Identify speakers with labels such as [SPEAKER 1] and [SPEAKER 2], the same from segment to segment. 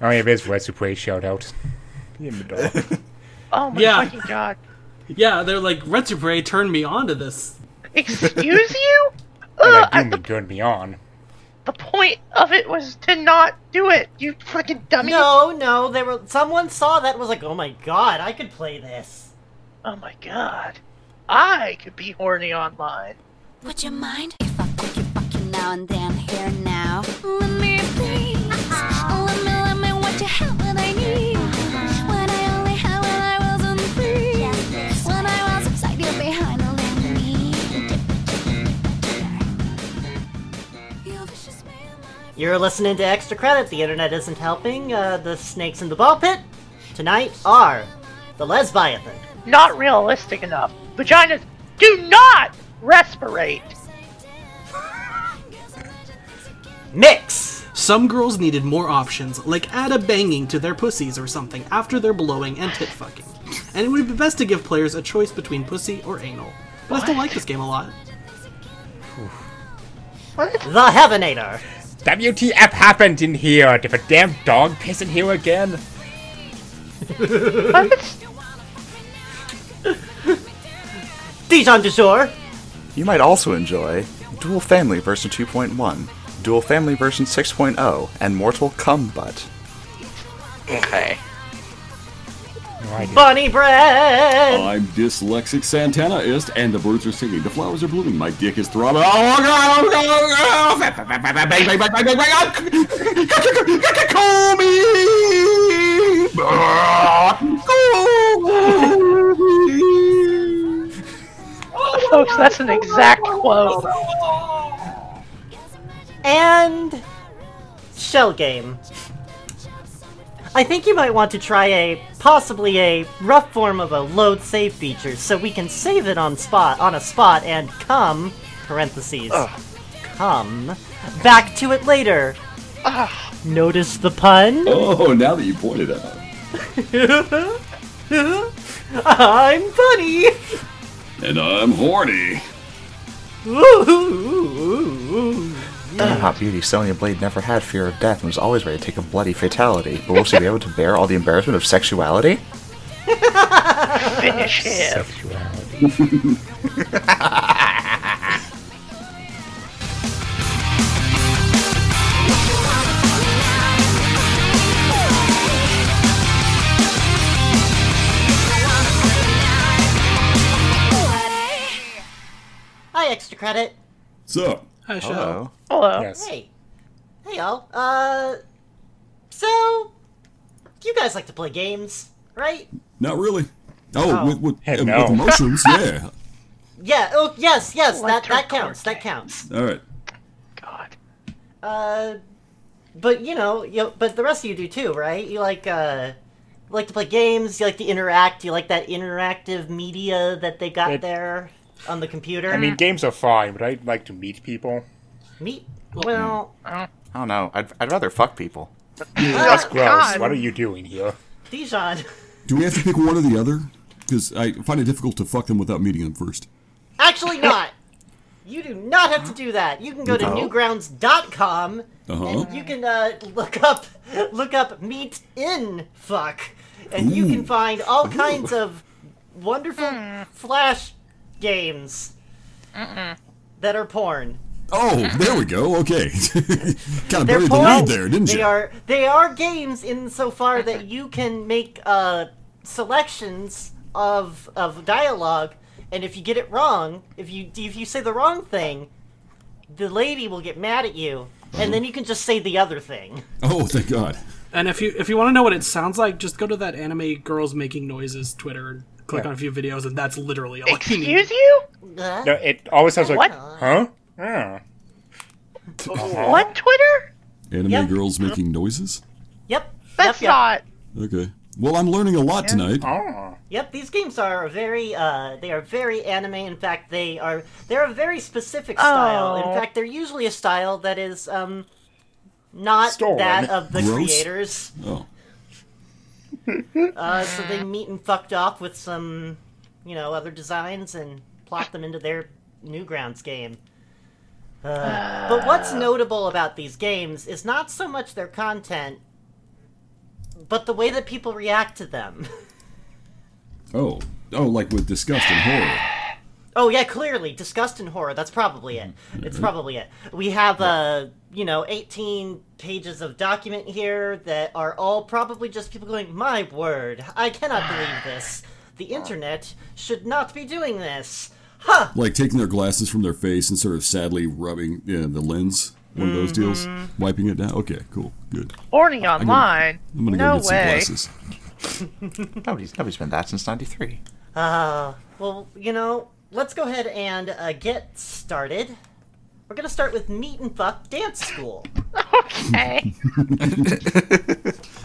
[SPEAKER 1] Only if it's Resupre shout out.
[SPEAKER 2] Oh my
[SPEAKER 3] Yeah.
[SPEAKER 2] fucking god.
[SPEAKER 3] Yeah, they're like, Retrograde turned me on to this.
[SPEAKER 2] Excuse you? Ugh,
[SPEAKER 1] Like,
[SPEAKER 2] I,
[SPEAKER 1] you me good me on.
[SPEAKER 2] the point of it was to not do it, you fucking dummy.
[SPEAKER 4] No, no, there were someone saw that and was like, oh my god, I could play this.
[SPEAKER 2] Oh my god. I could be horny online.
[SPEAKER 5] Would you mind? If I fuck you fucking now and then, here now. Uh-huh. Let me please. Let me, let me what you have, what I need. When I only had when I wasn't free. When I was upside you behind all in me. You vicious man, my
[SPEAKER 4] You're listening to Extra Credit. The internet isn't helping. Uh, the snakes in the ball pit tonight are the Lesbiathan.
[SPEAKER 2] Not realistic enough. Vaginas do not respirate.
[SPEAKER 4] Mix!
[SPEAKER 3] Some girls needed more options, like add a banging to their pussies or something after their blowing and tit fucking. And it would be best to give players a choice between pussy or anal. But I still like this game a lot.
[SPEAKER 2] What?
[SPEAKER 4] The Heavenator.
[SPEAKER 1] WTF happened in here? Did a damn dog piss in here again?
[SPEAKER 2] What?
[SPEAKER 4] Dijon du jour.
[SPEAKER 6] You might also enjoy Dual Family version 2.1, Dual Family version 6.0, and Mortal Kombat.
[SPEAKER 2] Okay.
[SPEAKER 4] Bunny bread.
[SPEAKER 7] I'm dyslexic Santanaist, and the birds are singing. The flowers are blooming. My dick is throbbing. Oh god! Oh god! Oh god! Bang, bang, bang, bang, bang, bang, oh, bang. Call me. Call me.
[SPEAKER 4] Oh
[SPEAKER 2] Folks, that's an exact quote.
[SPEAKER 4] And Shell Game. I think you might want to try a possibly a rough form of a load save feature so we can save it on spot on a spot and come parentheses come back to it later. Notice the pun?
[SPEAKER 7] Oh, now that you pointed it out.
[SPEAKER 4] I'm funny.
[SPEAKER 7] And I'm horny.
[SPEAKER 4] Ooh.
[SPEAKER 6] Damn hot beauty, Sonya Blade never had fear of death and was always ready to take a bloody fatality. But will she be able to bear all the embarrassment of sexuality?
[SPEAKER 2] Finish him.
[SPEAKER 1] Sexuality.
[SPEAKER 4] Hi, extra credit.
[SPEAKER 7] So,
[SPEAKER 3] I shall.
[SPEAKER 6] Hello.
[SPEAKER 2] Hello.
[SPEAKER 1] Yes.
[SPEAKER 4] Hey, hey y'all. Uh, so you guys like to play games, right?
[SPEAKER 7] not really. Oh, with, with,
[SPEAKER 1] Heck
[SPEAKER 7] um,
[SPEAKER 1] no.
[SPEAKER 7] with emotions, yeah.
[SPEAKER 4] Yeah. Oh, yes, yes. That that
[SPEAKER 2] Electric
[SPEAKER 4] counts. That counts.
[SPEAKER 7] All right.
[SPEAKER 2] God.
[SPEAKER 4] Uh, but you know, you, but the rest of you do too, right? You like uh, like to play games. You like to interact. You like that interactive media that they got
[SPEAKER 1] It-
[SPEAKER 4] there on the computer.
[SPEAKER 1] I mean, games are fine, but I like to meet people.
[SPEAKER 4] meet. Well,
[SPEAKER 1] Hmm.
[SPEAKER 6] I don't know. I'd, I'd rather fuck people.
[SPEAKER 1] That's gross.
[SPEAKER 2] God.
[SPEAKER 1] What are you doing here?
[SPEAKER 4] Dijon.
[SPEAKER 7] Do we have to pick one or the other? Because I find it difficult to fuck them without meeting them first.
[SPEAKER 4] Actually, not. You do not have to do that. You can go to
[SPEAKER 6] No.
[SPEAKER 4] newgrounds.com
[SPEAKER 7] Uh huh.
[SPEAKER 4] and you can uh, look up look up meat in fuck, and you can find all kinds of wonderful flash games that are porn.
[SPEAKER 7] Oh, there we go. Okay. kind of
[SPEAKER 4] They're
[SPEAKER 7] buried the
[SPEAKER 4] porn.
[SPEAKER 7] lead there, didn't
[SPEAKER 4] they
[SPEAKER 7] you?
[SPEAKER 4] are they are games insofar that you can make uh, selections of of dialogue, and if you get it wrong, if you if you say the wrong thing, the lady will get mad at you, and then you can just say the other thing.
[SPEAKER 7] Oh, thank God.
[SPEAKER 3] And if you if you want to know what it sounds like, just go to that anime girls making noises Twitter and click on a few videos, and that's literally all you need.
[SPEAKER 2] Excuse you?
[SPEAKER 4] Huh?
[SPEAKER 1] No, it always sounds like, Oh.
[SPEAKER 2] What?
[SPEAKER 1] huh? Yeah.
[SPEAKER 2] What Twitter?
[SPEAKER 7] Anime
[SPEAKER 4] Yep.
[SPEAKER 7] girls making noises?
[SPEAKER 4] Yep.
[SPEAKER 2] That's
[SPEAKER 4] yep, yep.
[SPEAKER 2] not.
[SPEAKER 7] Okay. Well, I'm learning a lot tonight.
[SPEAKER 1] Oh.
[SPEAKER 4] Yep, these games are very uh they are very anime. In fact, they are they're a very specific style.
[SPEAKER 2] Oh.
[SPEAKER 4] In fact, they're usually a style that is um not
[SPEAKER 1] Stolen.
[SPEAKER 4] that of the
[SPEAKER 7] Gross.
[SPEAKER 4] creators.
[SPEAKER 7] Oh.
[SPEAKER 4] Uh, so they meet and fucked off with some, you know, other designs and plop them into their Newgrounds game.
[SPEAKER 2] Uh.
[SPEAKER 4] Uh, but what's notable about these games is not so much their content, but the way that people react to them.
[SPEAKER 7] Oh, oh, like with disgust and horror.
[SPEAKER 4] Oh yeah, clearly disgust and horror. That's probably it. It's
[SPEAKER 7] Mm-hmm.
[SPEAKER 4] probably it. We have uh, you know, 18 pages of document here that are all probably just people going, "My word, I cannot believe this. The internet should not be doing this." Huh.
[SPEAKER 7] Like taking their glasses from their face and sort of sadly rubbing yeah, the lens. One of those deals,
[SPEAKER 4] Mm-hmm.
[SPEAKER 7] wiping it down. Okay, cool, good.
[SPEAKER 2] Horny online?
[SPEAKER 7] I'm gonna
[SPEAKER 2] no
[SPEAKER 7] go get
[SPEAKER 2] way.
[SPEAKER 7] some glasses.
[SPEAKER 6] Nobody's nobody's been that since '93.
[SPEAKER 4] Uh, well, you know, let's go ahead and uh, get started. We're going to start with Meet and Fuck Dance School.
[SPEAKER 2] Okay.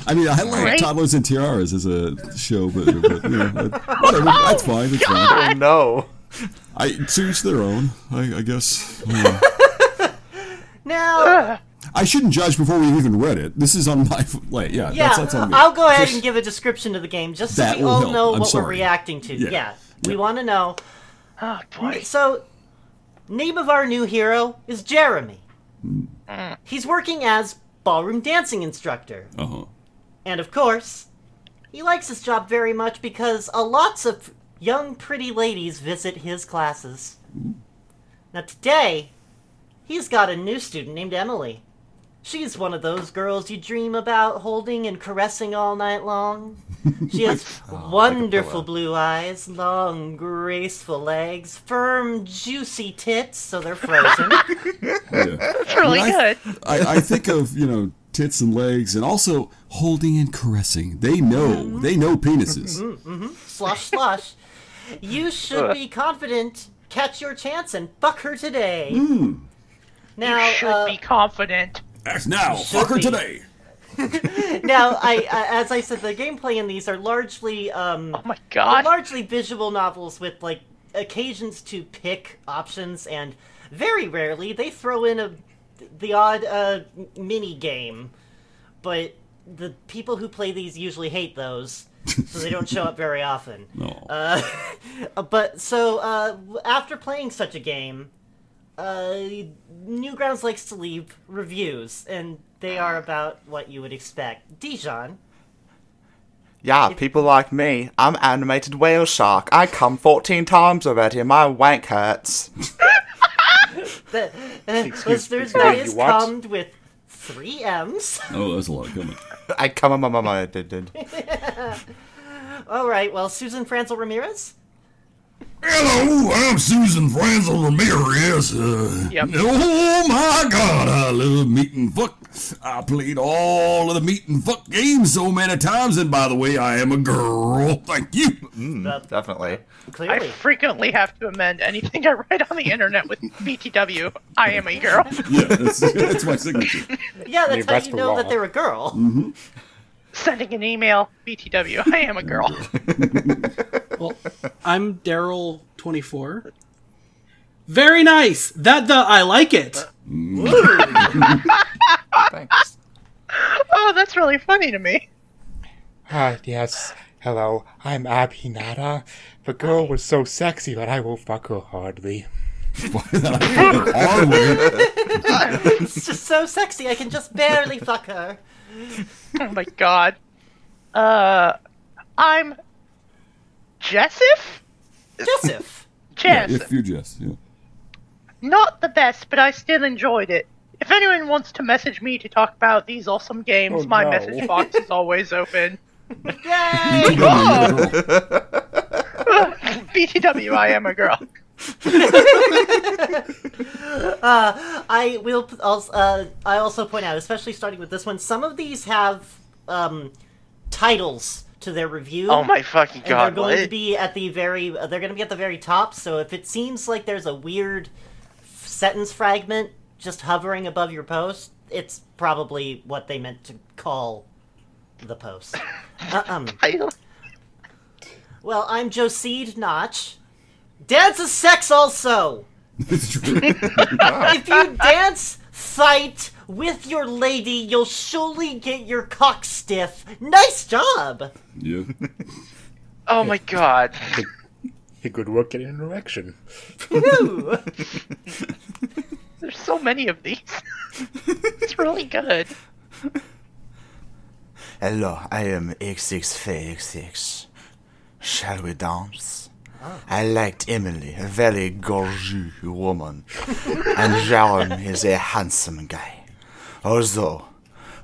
[SPEAKER 7] I mean, I like
[SPEAKER 2] Right?
[SPEAKER 7] toddlers and tiaras as a show, but, but you know, that- whatever. that's fine. That's fine.
[SPEAKER 6] Oh no!
[SPEAKER 7] I to each their own, I, I guess. Yeah.
[SPEAKER 4] Now,
[SPEAKER 7] I shouldn't judge before we've even read it. This is on my f- like, yeah,
[SPEAKER 4] yeah,
[SPEAKER 7] that's, that's on me.
[SPEAKER 4] I'll go ahead and give a description of the game just so
[SPEAKER 7] That
[SPEAKER 4] we
[SPEAKER 7] will
[SPEAKER 4] all
[SPEAKER 7] help.
[SPEAKER 4] know
[SPEAKER 7] I'm
[SPEAKER 4] what we're
[SPEAKER 7] sorry.
[SPEAKER 4] reacting to. Yeah,
[SPEAKER 7] Yeah.
[SPEAKER 4] we
[SPEAKER 7] Yeah.
[SPEAKER 4] want to know.
[SPEAKER 2] oh boy.
[SPEAKER 4] So, name of our new hero is Jeremy.
[SPEAKER 2] Mm.
[SPEAKER 4] He's working as ballroom dancing instructor.
[SPEAKER 7] Uh-huh.
[SPEAKER 4] And of course, he likes his job very much because a lots of young pretty ladies visit his classes. Now today, he's got a new student named Emily. She's one of those girls you dream about holding and caressing all night long. She
[SPEAKER 7] Oh,
[SPEAKER 4] has wonderful blue eyes, long, graceful legs, firm, juicy tits, so they're frozen.
[SPEAKER 7] Yeah.
[SPEAKER 2] That's really
[SPEAKER 7] I-
[SPEAKER 2] good.
[SPEAKER 7] I, I think of you know tits and legs, and also holding and caressing. They know, they know penises.
[SPEAKER 4] Mm, mm-hmm. slosh slosh. You should be confident. Catch your chance and fuck her today.
[SPEAKER 7] Hmm.
[SPEAKER 4] Now,
[SPEAKER 2] You should
[SPEAKER 4] uh,
[SPEAKER 2] be confident.
[SPEAKER 7] Act now, fuck her
[SPEAKER 4] be.
[SPEAKER 7] today.
[SPEAKER 4] now, I, I as I said, the gameplay in these are largely um,
[SPEAKER 2] Oh my god.
[SPEAKER 4] largely visual novels with like occasions to pick options, and very rarely they throw in a the odd uh, mini game. But the people who play these usually hate those, so they don't show up very often.
[SPEAKER 7] No.
[SPEAKER 4] Uh, but so uh, w- after playing such a game, uh, Newgrounds likes to leave reviews, and they are about what you would expect. Dijon,
[SPEAKER 6] Yeah, people like me. I'm animated whale shark. I come 14 times already. My wank hurts.
[SPEAKER 4] the, uh,
[SPEAKER 8] Excuse-
[SPEAKER 4] listeners,
[SPEAKER 8] excuse
[SPEAKER 4] that
[SPEAKER 8] me,
[SPEAKER 4] is
[SPEAKER 8] what?
[SPEAKER 4] cummed with three M's.
[SPEAKER 7] oh, that's a lot of coming.
[SPEAKER 6] I come on my mama did did.
[SPEAKER 4] All right, well, Susan Franzel Ramirez.
[SPEAKER 7] Hello, I'm Susan Franzel Ramirez. Uh,
[SPEAKER 2] Yep.
[SPEAKER 7] Oh my God, I love meat and fuck. I played all of the meat and fuck games so many times, and by the way, I am a girl. Thank you.
[SPEAKER 6] Mm, Definitely.
[SPEAKER 2] I
[SPEAKER 4] Clearly,
[SPEAKER 2] frequently have to amend anything I write on the internet with BTW. I am a girl.
[SPEAKER 7] Yeah, that's, that's my signature.
[SPEAKER 4] yeah,
[SPEAKER 8] mean,
[SPEAKER 4] that's how
[SPEAKER 8] that's
[SPEAKER 4] you
[SPEAKER 8] the
[SPEAKER 4] know that
[SPEAKER 8] law.
[SPEAKER 4] they're a girl.
[SPEAKER 7] Mm-hmm.
[SPEAKER 2] Sending an email, BTW. I am a girl.
[SPEAKER 3] Well, I'm Daryl, 24. Very nice. That the I like it.
[SPEAKER 6] Thanks.
[SPEAKER 2] Oh, that's really funny to me.
[SPEAKER 8] Ah, yes. Hello, I'm Abhinata. The girl was so sexy that I will fuck her hardly.
[SPEAKER 7] Are we?
[SPEAKER 4] It's just so sexy. I can just barely fuck her.
[SPEAKER 2] Oh my god. Uh, I'm Jessif.
[SPEAKER 4] Joseph.
[SPEAKER 2] Jess.
[SPEAKER 7] If you're just, yeah.
[SPEAKER 2] Not the best, but I still enjoyed it. If anyone wants to message me to talk about these awesome games,
[SPEAKER 8] Oh,
[SPEAKER 2] my
[SPEAKER 8] no.
[SPEAKER 2] message box is always open.
[SPEAKER 4] Yay!
[SPEAKER 2] BTW, I am a girl.
[SPEAKER 4] Uh, I will p- also, uh, I also point out, especially starting with this one, some of these have um, titles to their review.
[SPEAKER 9] Oh my fucking
[SPEAKER 4] And
[SPEAKER 9] god!
[SPEAKER 4] they're going to
[SPEAKER 9] What?
[SPEAKER 4] be at the very. Uh, they're going to be at the very top. So if it seems like there's a weird f- sentence fragment just hovering above your post, it's probably what they meant to call the post. uh, um. Well, I'm Joseed Notch. Dance is sex, also.
[SPEAKER 7] It's true.
[SPEAKER 4] If you dance, fight with your lady, you'll surely get your cock stiff. Nice job!
[SPEAKER 7] Yeah.
[SPEAKER 9] Oh my god!
[SPEAKER 8] He could work at an erection.
[SPEAKER 4] Woo!
[SPEAKER 2] There's so many of these. it's really good.
[SPEAKER 6] Hello, I am XXFXX. Shall we dance? I liked Emily, a very gorgeous woman, and Jerome is a handsome guy. Although,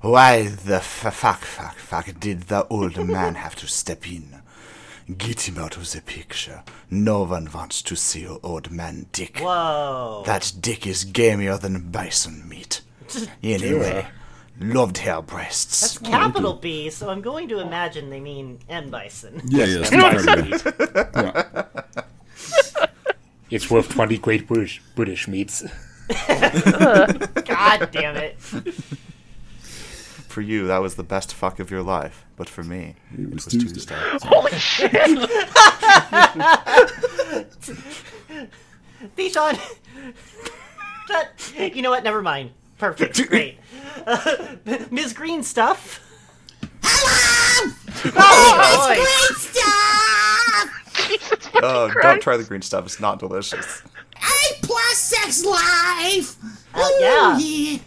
[SPEAKER 6] why the f- fuck, fuck, fuck did the old man have to step in? Get him out of the picture. No one wants to see your old man dick.
[SPEAKER 4] Whoa.
[SPEAKER 6] That dick is gamier than bison meat. Anyway, loved her breasts.
[SPEAKER 4] Capital B, so I'm going to imagine they mean M. Bison.
[SPEAKER 7] Yeah, yeah. it's not very good.
[SPEAKER 8] It's worth 20 great British, British meats.
[SPEAKER 4] God damn it.
[SPEAKER 6] For you, that was the best fuck of your life. But for me,
[SPEAKER 7] It was Tuesday.
[SPEAKER 2] Holy shit!
[SPEAKER 4] Bichon! that, you know what? Never mind. Perfect. Great. Uh, Ms. Green stuff. Hello! Oh,
[SPEAKER 5] Great stuff!
[SPEAKER 2] Jesus
[SPEAKER 6] Oh,
[SPEAKER 2] fucking
[SPEAKER 6] don't
[SPEAKER 2] Christ!
[SPEAKER 6] try the green stuff. It's not delicious.
[SPEAKER 10] A plus sex life.
[SPEAKER 4] Hell yeah.
[SPEAKER 10] Ooh, yeah.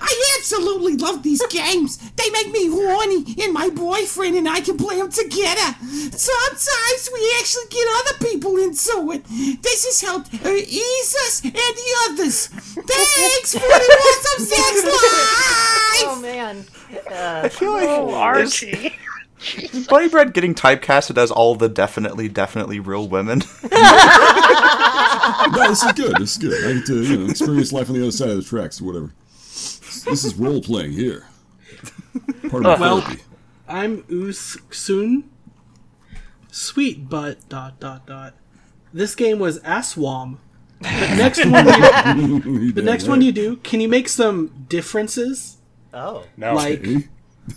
[SPEAKER 10] I absolutely love these games. They make me horny, and my boyfriend and I can play them together. Sometimes we actually get other people into it. This has helped uh, ease us and the others. Thanks for the awesome sex life.
[SPEAKER 4] oh man.
[SPEAKER 6] I feel like
[SPEAKER 2] Oh, Archie.
[SPEAKER 6] is Bunny Bread getting typecasted as all the definitely, definitely real women?
[SPEAKER 7] No, this is good. This is good. I get to you know, experience life on the other side of the tracks or whatever. This is role playing here. Part of my
[SPEAKER 3] Uh, Well-
[SPEAKER 7] therapy.
[SPEAKER 3] I'm Us Soon. Sweet but dot dot dot. This game was Aswam. The next one, you, the next one you do, can you make some differences?
[SPEAKER 4] Oh.
[SPEAKER 8] No.
[SPEAKER 3] Like,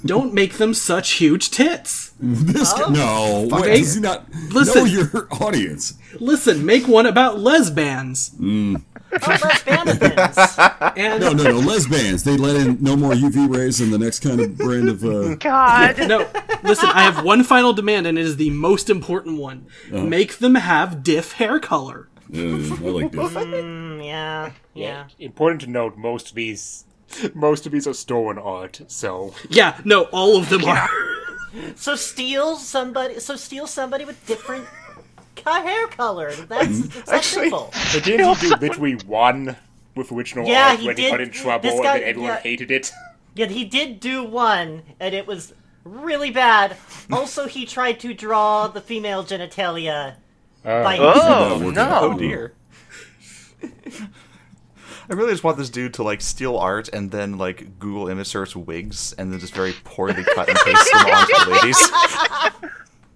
[SPEAKER 3] don't make them such huge tits.
[SPEAKER 7] This guy- no, wait, does he not
[SPEAKER 3] Listen.
[SPEAKER 7] know your audience?
[SPEAKER 3] Listen, make one about lesbans.
[SPEAKER 7] Mm.
[SPEAKER 4] Oh, that's Banditins.
[SPEAKER 3] And
[SPEAKER 7] No, no, no. Lesbians. They let in no more UV rays and the next kind of brand of. Uh,
[SPEAKER 2] God.
[SPEAKER 3] No, listen, I have one final demand, and it is the most important one. Make them have diff hair color.
[SPEAKER 7] uh, Uh-huh. I like this.
[SPEAKER 4] Mm, yeah. Yeah.
[SPEAKER 8] Important to note, most of these, most of these are stolen art. So
[SPEAKER 3] Yeah, no, all of them are.
[SPEAKER 4] So steal somebody. So steal somebody with different co- hair color. That's it's that
[SPEAKER 6] Actually-
[SPEAKER 4] simple.
[SPEAKER 8] but didn't he do literally one with original
[SPEAKER 4] Yeah,
[SPEAKER 8] art
[SPEAKER 4] he
[SPEAKER 8] when he
[SPEAKER 4] did.
[SPEAKER 8] got in trouble
[SPEAKER 4] This
[SPEAKER 8] and
[SPEAKER 4] guy-
[SPEAKER 8] then everyone
[SPEAKER 4] yeah.
[SPEAKER 8] hated it?
[SPEAKER 4] Yet he did do one, and it was really bad. Also, he tried to draw the female genitalia. by
[SPEAKER 7] That
[SPEAKER 11] Oh
[SPEAKER 7] worked out.
[SPEAKER 11] no!
[SPEAKER 6] I really just want this dude to like steal art and then like Google image search wigs and then just very poorly cut and paste them onto ladies.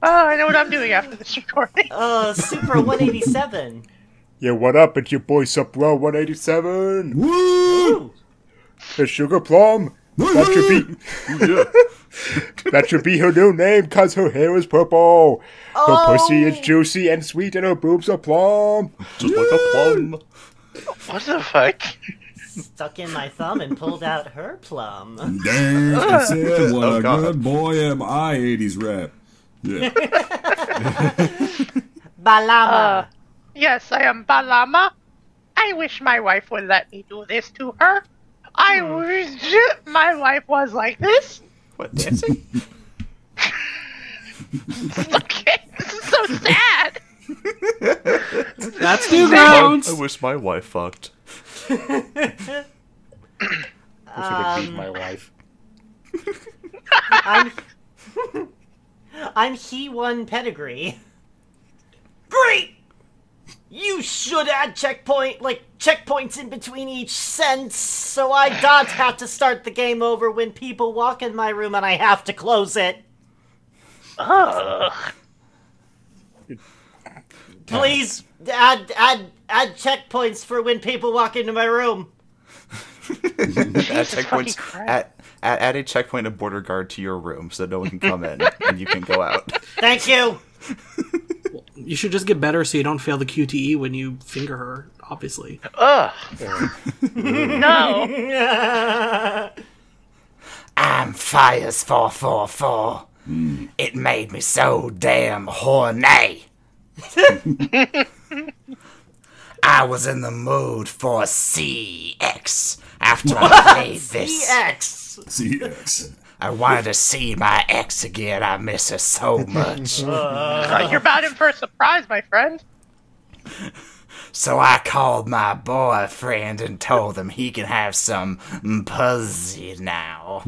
[SPEAKER 2] Oh, I know what I'm doing after this recording.
[SPEAKER 4] uh, Super 187.
[SPEAKER 8] Yeah, what up? It's your boy Supra One Eighty Seven.
[SPEAKER 7] Woo!
[SPEAKER 8] The Sugar Plum. That should be. that should be her new name, cause her hair is purple. Her
[SPEAKER 2] Oh.
[SPEAKER 8] pussy is juicy and sweet, and her boobs are plump.
[SPEAKER 6] Just like a plum.
[SPEAKER 11] What the fuck?
[SPEAKER 4] Stuck in my thumb and pulled out her plum.
[SPEAKER 7] Damn, I said, what
[SPEAKER 6] Oh,
[SPEAKER 7] a
[SPEAKER 6] God.
[SPEAKER 7] good boy am I, 80s rap. Yeah.
[SPEAKER 4] Balama.
[SPEAKER 2] Uh, Yes, I am Balama. I wish my wife would let me do this to her. I
[SPEAKER 6] Hmm.
[SPEAKER 2] wish my wife was like this.
[SPEAKER 6] What dancing?
[SPEAKER 2] Okay, this is so sad.
[SPEAKER 3] That's Newgrounds.
[SPEAKER 6] I wish my wife fucked.
[SPEAKER 8] Wish I could beat
[SPEAKER 2] Um,
[SPEAKER 4] Um,
[SPEAKER 8] my wife.
[SPEAKER 4] I'm, I'm he one pedigree. Great! You should add checkpoint, like checkpoints in between each sentence, so I don't have to start the game over when people walk in my room and I have to close it.
[SPEAKER 5] Oh.
[SPEAKER 4] Please add add add checkpoints for when people walk into my room.
[SPEAKER 6] At checkpoints,
[SPEAKER 2] fucking Christ.
[SPEAKER 6] at, at, add a checkpoint and border guard to your room so that no one can come in and you can go out.
[SPEAKER 4] Thank you.
[SPEAKER 3] You should just get better so you don't fail the QTE when you finger her, obviously.
[SPEAKER 11] Ugh.
[SPEAKER 2] No.
[SPEAKER 10] I'm Fires 444. It made me so damn horny. I was in the mood for CX after I played this.
[SPEAKER 4] EX.
[SPEAKER 7] CX.
[SPEAKER 12] I wanted to see my ex again. I miss her so much.
[SPEAKER 2] Uh, you're about in for a surprise, my friend.
[SPEAKER 12] So I called my boyfriend and told him he can have some pussy now.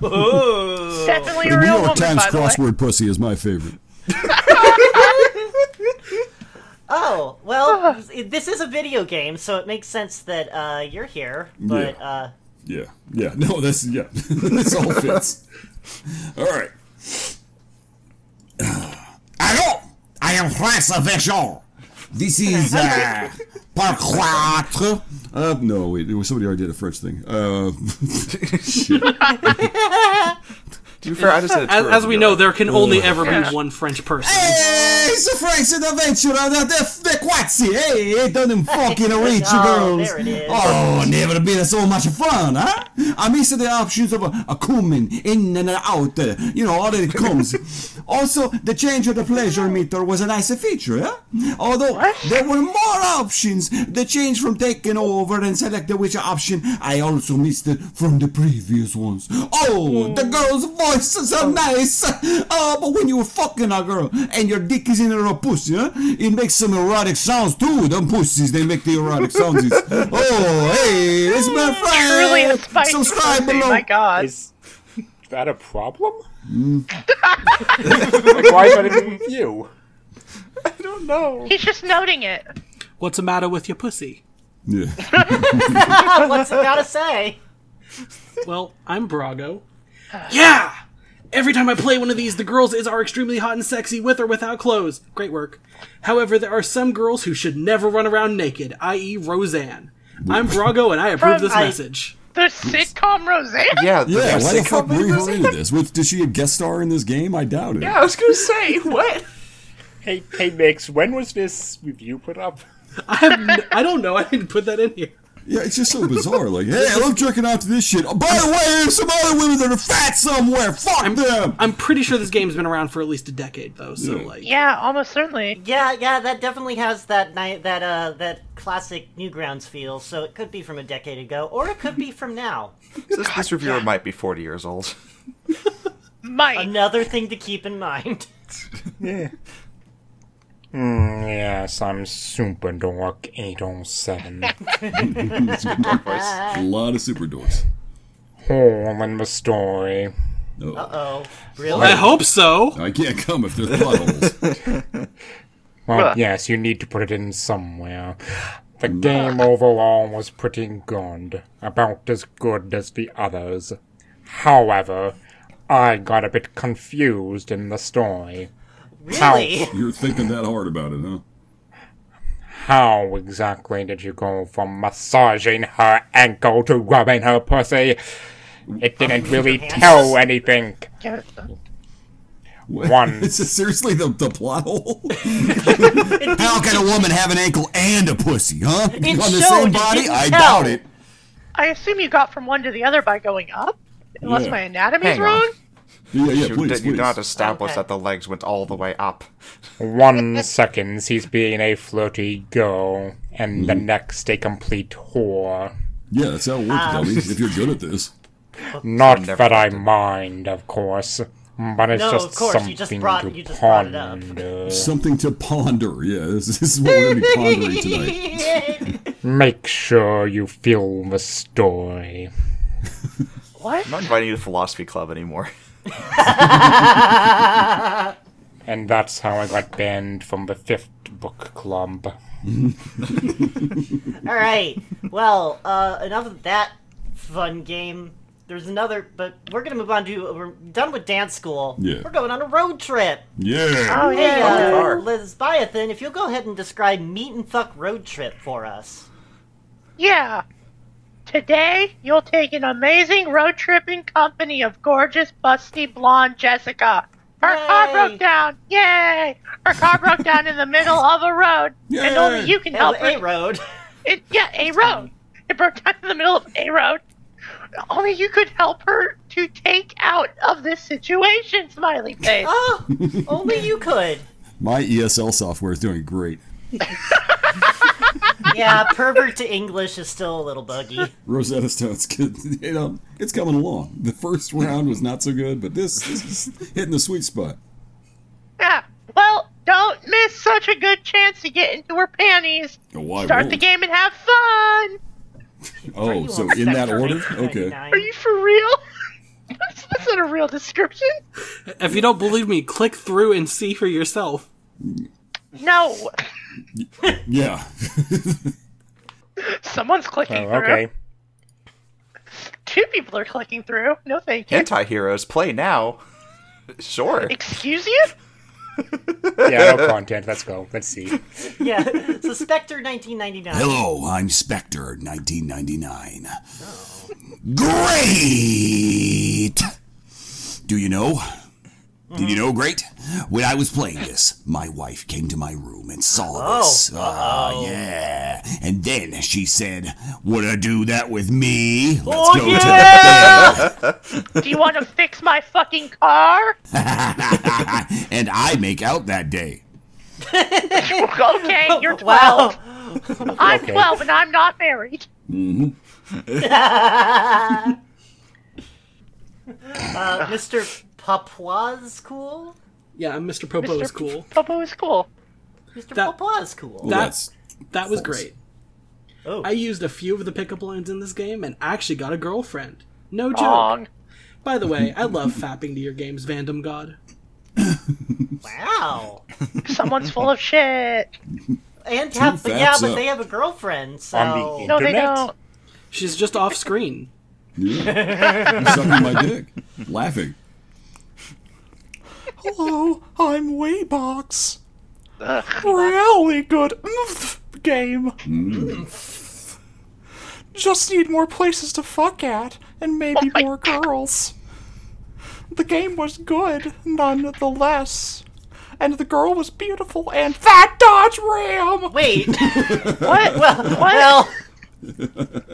[SPEAKER 2] Definitely
[SPEAKER 7] The
[SPEAKER 2] a
[SPEAKER 7] New
[SPEAKER 2] real
[SPEAKER 7] York
[SPEAKER 2] woman,
[SPEAKER 7] Times
[SPEAKER 2] by the way.
[SPEAKER 7] crossword pussy is my favorite.
[SPEAKER 4] Oh,
[SPEAKER 2] Ah.
[SPEAKER 4] well, this is a video game, so it makes sense that uh, you're here. But
[SPEAKER 8] Yeah.
[SPEAKER 4] uh,
[SPEAKER 8] Yeah, yeah.
[SPEAKER 7] No, this yeah, this all fits.
[SPEAKER 8] All right.
[SPEAKER 10] Hello, I am Prince of Azure.
[SPEAKER 7] This is uh,
[SPEAKER 10] Par contre,
[SPEAKER 7] uh no, wait, it was somebody already did a French thing. Uh, shit.
[SPEAKER 6] To be fair, I just did.
[SPEAKER 3] As, as we know, there can only ever be one French person.
[SPEAKER 10] hey, it's the Prince of Adventure of the, the, the Quatsi. Hey, it doesn't fucking reach
[SPEAKER 4] Oh,
[SPEAKER 10] girls.
[SPEAKER 4] there it is.
[SPEAKER 10] Oh, never been so much fun, huh? I miss the options of uh, a, a coming in and out, uh, you know, all that it comes. also, the change of the pleasure meter was a nice feature, huh? Although there were more options, the change from taking over and select the which option I also missed it from the previous ones. Oh, the girls' voices are nice. Oh, but when you're fucking a girl and your dick is in her pussy, huh? It makes some erotic sounds too. Them pussies, they make the erotic sounds. oh, hey, this is my friend.
[SPEAKER 2] Truly a spicy
[SPEAKER 10] Subscribe
[SPEAKER 2] pussy,
[SPEAKER 10] below.
[SPEAKER 2] my god.
[SPEAKER 1] Is that a problem? like, why is that even with you?
[SPEAKER 2] He's just noting it.
[SPEAKER 3] What's the matter with your pussy?
[SPEAKER 7] yeah.
[SPEAKER 4] what's it gotta say?
[SPEAKER 3] Well, I'm Brago. Yeah! Every time I play one of these, the girls is are extremely hot and sexy with or without clothes. Great work. However, there are some girls who should never run around naked, i.e. Roseanne. I'm Brago and I approve this
[SPEAKER 4] I-
[SPEAKER 3] message.
[SPEAKER 2] The sitcom Roseanne?
[SPEAKER 6] Yeah, the
[SPEAKER 7] Yeah, why the
[SPEAKER 6] sitcom
[SPEAKER 7] fuck bring
[SPEAKER 6] movie
[SPEAKER 7] her
[SPEAKER 6] was-
[SPEAKER 7] into this? Was, did she a guest star in this game? I doubt it.
[SPEAKER 6] Yeah, I was gonna say what?
[SPEAKER 1] Hey, hey, Mix, when was this review put up?
[SPEAKER 3] I have n- I don't know, I didn't put that in here.
[SPEAKER 7] Yeah, it's just so bizarre. Like, hey, I love jerking off to this shit. Oh, by the way, there's some other women that are fat somewhere. Fuck them.
[SPEAKER 3] I'm pretty sure this game's been around for at least a decade though, so like
[SPEAKER 2] Yeah, almost certainly.
[SPEAKER 4] Yeah, yeah, that definitely has that ni- that uh that classic Newgrounds feel. So it could be from a decade ago, or it could be from now.
[SPEAKER 6] This, this reviewer might be 40 years old.
[SPEAKER 2] Mike.
[SPEAKER 4] Another thing to keep in mind.
[SPEAKER 1] Mm, yes, I'm Super Dork 807.
[SPEAKER 7] A lot of super doors.
[SPEAKER 1] Hole Oh, in the story.
[SPEAKER 7] No,
[SPEAKER 4] Oh, really?
[SPEAKER 3] I hope so.
[SPEAKER 7] I can't come if there's plot holes.
[SPEAKER 1] Well, yes, you need to put it in somewhere. The game overall was pretty good, about as good as the others. However, I got a bit confused in the story.
[SPEAKER 4] really?
[SPEAKER 7] You're thinking that hard about it, huh?
[SPEAKER 1] How exactly did you go from massaging her ankle to rubbing her pussy? It didn't really tell anything.
[SPEAKER 7] What?
[SPEAKER 1] One.
[SPEAKER 7] Is this seriously the, the plot hole? How can a woman have an ankle and a pussy, huh?
[SPEAKER 4] It
[SPEAKER 7] On the
[SPEAKER 4] showed,
[SPEAKER 7] same
[SPEAKER 4] it
[SPEAKER 7] body?
[SPEAKER 4] didn't
[SPEAKER 7] I
[SPEAKER 4] tell.
[SPEAKER 7] doubt it.
[SPEAKER 2] I assume you got from one to the other by going up? Unless
[SPEAKER 7] Yeah.
[SPEAKER 2] my anatomy's
[SPEAKER 6] Hang on.
[SPEAKER 2] wrong?
[SPEAKER 7] Yeah, yeah,
[SPEAKER 6] you
[SPEAKER 7] please,
[SPEAKER 6] did,
[SPEAKER 7] please.
[SPEAKER 6] you did not establish
[SPEAKER 4] Okay.
[SPEAKER 6] that the legs went all the way up.
[SPEAKER 1] One second he's being a flirty girl, and the next a complete whore.
[SPEAKER 7] Mm-hmm.
[SPEAKER 1] Um,
[SPEAKER 7] Yeah, that's how it works, dummies. If you're good at this.
[SPEAKER 1] Not
[SPEAKER 6] never
[SPEAKER 1] that I
[SPEAKER 6] liked it.
[SPEAKER 1] mind, of course, but it's
[SPEAKER 4] No,
[SPEAKER 1] just
[SPEAKER 4] of course,
[SPEAKER 1] something
[SPEAKER 4] you just brought-
[SPEAKER 1] to
[SPEAKER 4] you just brought it up.
[SPEAKER 1] ponder.
[SPEAKER 7] Something to ponder. Yeah, this, this is what we're going to be pondering tonight.
[SPEAKER 1] Make sure you feel the story.
[SPEAKER 6] I'm not inviting you to philosophy club anymore.
[SPEAKER 1] And that's how I got banned from the fifth book club.
[SPEAKER 4] All right. Well, uh, enough of that fun game. There's another, but we're gonna move on to. We're done with dance school.
[SPEAKER 7] Yeah.
[SPEAKER 4] We're going on a road trip.
[SPEAKER 7] Yeah.
[SPEAKER 4] Oh hey, uh,
[SPEAKER 6] car.
[SPEAKER 4] Lesbiathan, if you'll go ahead and describe meet and fuck road trip for us.
[SPEAKER 2] Yeah. Today, you'll take an amazing road trip in company of gorgeous, busty, blonde Jessica. Her
[SPEAKER 4] Yay.
[SPEAKER 2] car broke down. Yay! Her car broke down in the middle of a road, and only
[SPEAKER 7] Yay.
[SPEAKER 2] you can
[SPEAKER 4] Hell,
[SPEAKER 2] help her.
[SPEAKER 4] a road.
[SPEAKER 2] It, yeah, a road. It broke down in the middle of a road. Only you could help her to take out of this situation, smiley face.
[SPEAKER 4] oh, only you could.
[SPEAKER 7] E My ESL software is doing great.
[SPEAKER 4] yeah, pervert to English is still a little buggy.
[SPEAKER 7] Rosetta Stone's good. You know, it's coming along. The first round was not so good, but this, this is hitting the sweet spot.
[SPEAKER 2] Yeah. Well, don't miss such a good chance to get into her panties.
[SPEAKER 7] Oh, Why
[SPEAKER 2] Start the
[SPEAKER 7] won't?
[SPEAKER 2] game and have fun.
[SPEAKER 7] Oh, so in that order? Okay.
[SPEAKER 2] Are you for real? That's that's not a real description.
[SPEAKER 3] If you don't believe me, click through and see for yourself.
[SPEAKER 2] No.
[SPEAKER 7] Yeah.
[SPEAKER 2] Someone's clicking
[SPEAKER 6] Oh,
[SPEAKER 2] through.
[SPEAKER 6] okay.
[SPEAKER 2] Two people are clicking through. No, thank you.
[SPEAKER 6] Anti heroes, play now. Sure.
[SPEAKER 2] Excuse you?
[SPEAKER 1] yeah, no content. Let's go. Oh, Let's see.
[SPEAKER 4] Yeah, so Spectre 1999.
[SPEAKER 7] Hello, I'm Spectre, 1999. Great! Do you know? Did you know, great? When I was playing this, my wife came to my room and saw
[SPEAKER 13] Oh.
[SPEAKER 7] this. Ah, yeah. And then she said, Wanna do that with me? Let's
[SPEAKER 2] Oh,
[SPEAKER 7] go
[SPEAKER 2] yeah!
[SPEAKER 7] to the
[SPEAKER 2] Do you want to fix my fucking car?
[SPEAKER 7] and I make out that day.
[SPEAKER 2] okay, you're 12. I'm
[SPEAKER 7] Okay.
[SPEAKER 2] 12 and I'm not married.
[SPEAKER 7] Mm-hmm.
[SPEAKER 4] uh, Mr. Uh, Papua's cool?
[SPEAKER 3] Yeah, Mr. Popo is cool.
[SPEAKER 2] Popo is cool.
[SPEAKER 4] Mr.
[SPEAKER 3] That-
[SPEAKER 4] Papua's cool.
[SPEAKER 3] That's that was
[SPEAKER 4] false.
[SPEAKER 3] great. I used a few of the pickup lines in this game and actually got a girlfriend. No joke.
[SPEAKER 2] Wrong.
[SPEAKER 3] By the way, I love fapping to your games, Vandom God.
[SPEAKER 4] wow.
[SPEAKER 2] Someone's full of shit.
[SPEAKER 4] And
[SPEAKER 3] Two
[SPEAKER 4] have, but yeah,
[SPEAKER 3] faps
[SPEAKER 4] but
[SPEAKER 3] up.
[SPEAKER 4] they have a girlfriend, so.
[SPEAKER 3] On the No, they internet? don't. She's just off screen.
[SPEAKER 7] Yeah. Sucking my dick. Laughing.
[SPEAKER 13] Hello, Oh, I'm Waybox. Really good game. Just need more places to fuck at, and maybe more girls. The game was good, nonetheless. And the girl was beautiful, and that Dodge Ram!
[SPEAKER 4] Wait.
[SPEAKER 13] what?
[SPEAKER 4] Well, well-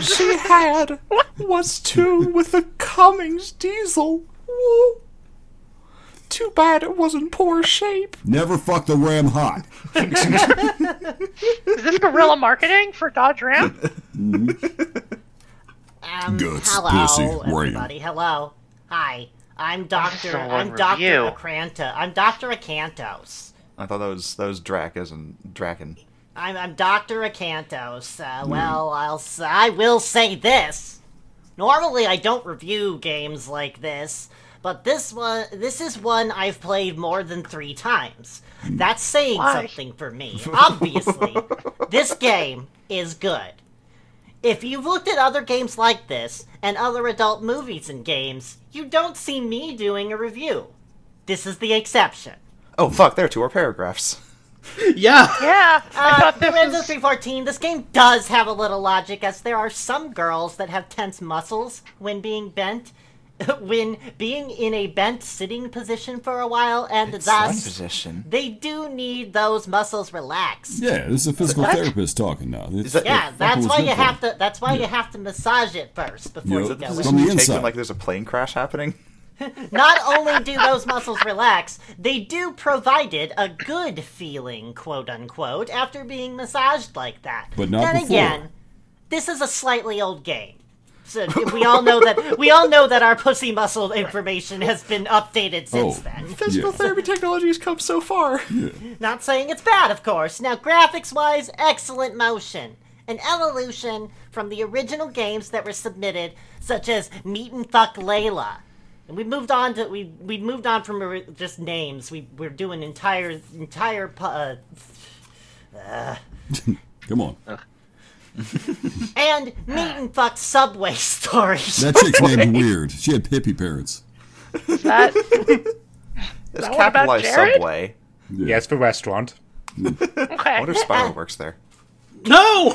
[SPEAKER 13] She had was two with a Cummings diesel. Woo. Too bad it was in poor shape.
[SPEAKER 7] Never fuck the ram hot.
[SPEAKER 2] Is this guerrilla marketing for Dodge Ram?
[SPEAKER 1] Mm-hmm.
[SPEAKER 4] Um,
[SPEAKER 7] Guts,
[SPEAKER 4] hello,
[SPEAKER 7] pussy, ram.
[SPEAKER 4] everybody. Hello. Hi. I'm Doctor.
[SPEAKER 6] Someone
[SPEAKER 4] I'm Doctor
[SPEAKER 6] review.
[SPEAKER 4] Acranta. I'm Doctor Acantos.
[SPEAKER 6] I thought that was that was Drac as in Draken.
[SPEAKER 4] I'm, I'm Doctor Acantos. Uh, well, I'll s- I will say this. Normally, I don't review games like this, but this one this is one I've played more than three times. That's saying
[SPEAKER 13] Why?
[SPEAKER 4] something for me. Obviously, this game is good. If you've looked at other games like this and other adult movies and games, you don't see me doing a review. This is the exception.
[SPEAKER 6] Oh fuck, there are two more paragraphs.
[SPEAKER 3] Yeah.
[SPEAKER 4] Yeah. Uh, Lorenzo 314, this game does have a little logic, as there are some girls that have tense muscles when being bent, when being in a bent sitting position for a while, and thus
[SPEAKER 6] position.
[SPEAKER 4] they do need those muscles relaxed.
[SPEAKER 7] Yeah, this is a physical
[SPEAKER 4] What?
[SPEAKER 7] therapist talking now. It's-
[SPEAKER 4] yeah,
[SPEAKER 7] fucking
[SPEAKER 4] that's
[SPEAKER 7] was
[SPEAKER 4] why
[SPEAKER 7] good
[SPEAKER 4] you
[SPEAKER 7] for
[SPEAKER 4] have
[SPEAKER 7] him.
[SPEAKER 4] to. That's why you have to massage it first before
[SPEAKER 6] Is
[SPEAKER 4] you
[SPEAKER 6] it the
[SPEAKER 4] go
[SPEAKER 6] position you
[SPEAKER 4] in.
[SPEAKER 6] take when like there's a plane crash happening?
[SPEAKER 4] Not only do those muscles relax, they do provided a good feeling, quote unquote, after being massaged like that.
[SPEAKER 13] But not
[SPEAKER 4] then
[SPEAKER 13] before.
[SPEAKER 4] again, this is a slightly old game. So we all know that we all know that our pussy muscle information has been updated since
[SPEAKER 13] Oh,
[SPEAKER 4] then.
[SPEAKER 13] Physical therapy technology has come so far.
[SPEAKER 4] Not saying it's bad, of course. Now, graphics wise, excellent motion. An evolution from the original games that were submitted, such as Meet and Fuck Layla. And we moved on to we we moved on from ori- just names. We we're doing entire entire pu- uh, uh,
[SPEAKER 7] Come on.
[SPEAKER 4] and Meet and Fuck Subway Stories.
[SPEAKER 7] That chick's named Weird. She had hippie parents.
[SPEAKER 4] That that
[SPEAKER 6] It's
[SPEAKER 4] one about
[SPEAKER 6] capitalized
[SPEAKER 4] Jared?
[SPEAKER 6] Subway.
[SPEAKER 1] Yeah, it's the restaurant.
[SPEAKER 6] I wonder if Spider works there.
[SPEAKER 3] No!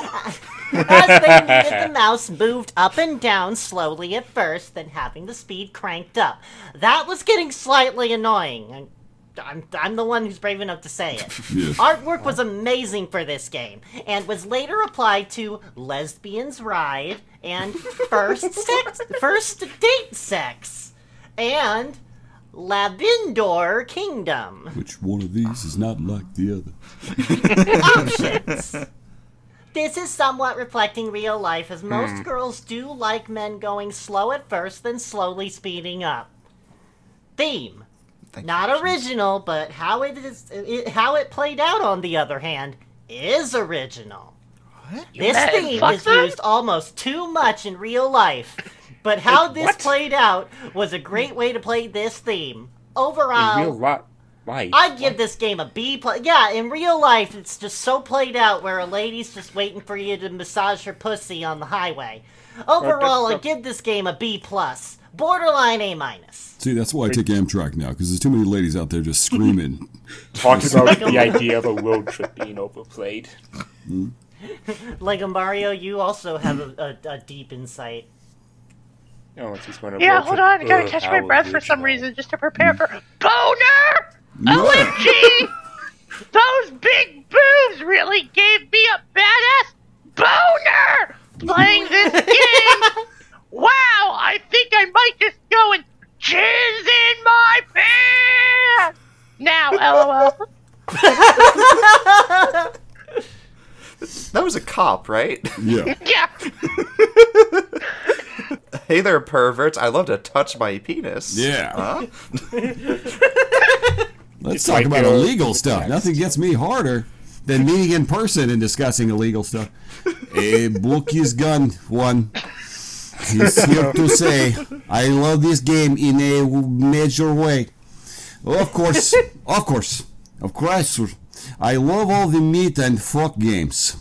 [SPEAKER 4] As they needed, the mouse moved up and down slowly at first, then having the speed cranked up. That was getting slightly annoying. I'm, I'm, I'm the one who's brave enough to say it.
[SPEAKER 13] Yeah.
[SPEAKER 4] Artwork was amazing for this game, and was later applied to Lesbians Ride and First Sex, First Date Sex, and Labindor Kingdom. Oh,
[SPEAKER 7] Which one of these is not like the other?
[SPEAKER 4] Options. This is somewhat reflecting real life, as most
[SPEAKER 1] Hmm.
[SPEAKER 4] girls do like men going slow at first, then slowly speeding up. Theme. Not original, but how it is it, how it played out, on the other hand, is original.
[SPEAKER 13] You
[SPEAKER 4] This
[SPEAKER 13] mad
[SPEAKER 4] theme
[SPEAKER 13] fuck
[SPEAKER 4] is
[SPEAKER 13] them?
[SPEAKER 4] used almost too much in real life, but how this played out was a great way to play this theme. Overall,
[SPEAKER 1] In real lot life.
[SPEAKER 4] I'd give this game a B plus. Yeah, in real life, it's just so played out where a lady's just waiting for you to massage her pussy on the highway. Overall, I'd give this game a B plus, borderline A minus.
[SPEAKER 8] See, that's why I take Amtrak now, because there's too many ladies out there just screaming.
[SPEAKER 1] Talk about the idea of a road trip being overplayed.
[SPEAKER 8] Hmm?
[SPEAKER 4] Lego Mario, you also have a, a, a deep insight.
[SPEAKER 1] Oh, it's just one of
[SPEAKER 2] Yeah,
[SPEAKER 1] those
[SPEAKER 2] hold
[SPEAKER 1] that-
[SPEAKER 2] on. I gotta
[SPEAKER 1] Ugh,
[SPEAKER 2] catch
[SPEAKER 1] how
[SPEAKER 2] my breath for
[SPEAKER 1] original.
[SPEAKER 2] some reason just to prepare for boner. OMG! Those big boobs really gave me a badass boner playing this game. wow! I think I might just go and jizz in my pants now. LOL.
[SPEAKER 6] That was a cop, right?
[SPEAKER 8] Yeah.
[SPEAKER 2] yeah.
[SPEAKER 6] hey there, perverts. I love to touch my penis.
[SPEAKER 8] Yeah.
[SPEAKER 6] Huh?
[SPEAKER 8] Let's
[SPEAKER 6] It's
[SPEAKER 8] talk
[SPEAKER 6] like
[SPEAKER 1] uh,
[SPEAKER 8] about
[SPEAKER 6] a-
[SPEAKER 8] illegal stuff. Nothing gets me harder than meeting in person and discussing illegal stuff. A book is gone. One is here to say, I love this game in a major way. Of course, of course, of course, sir. I love all the meat and fuck games.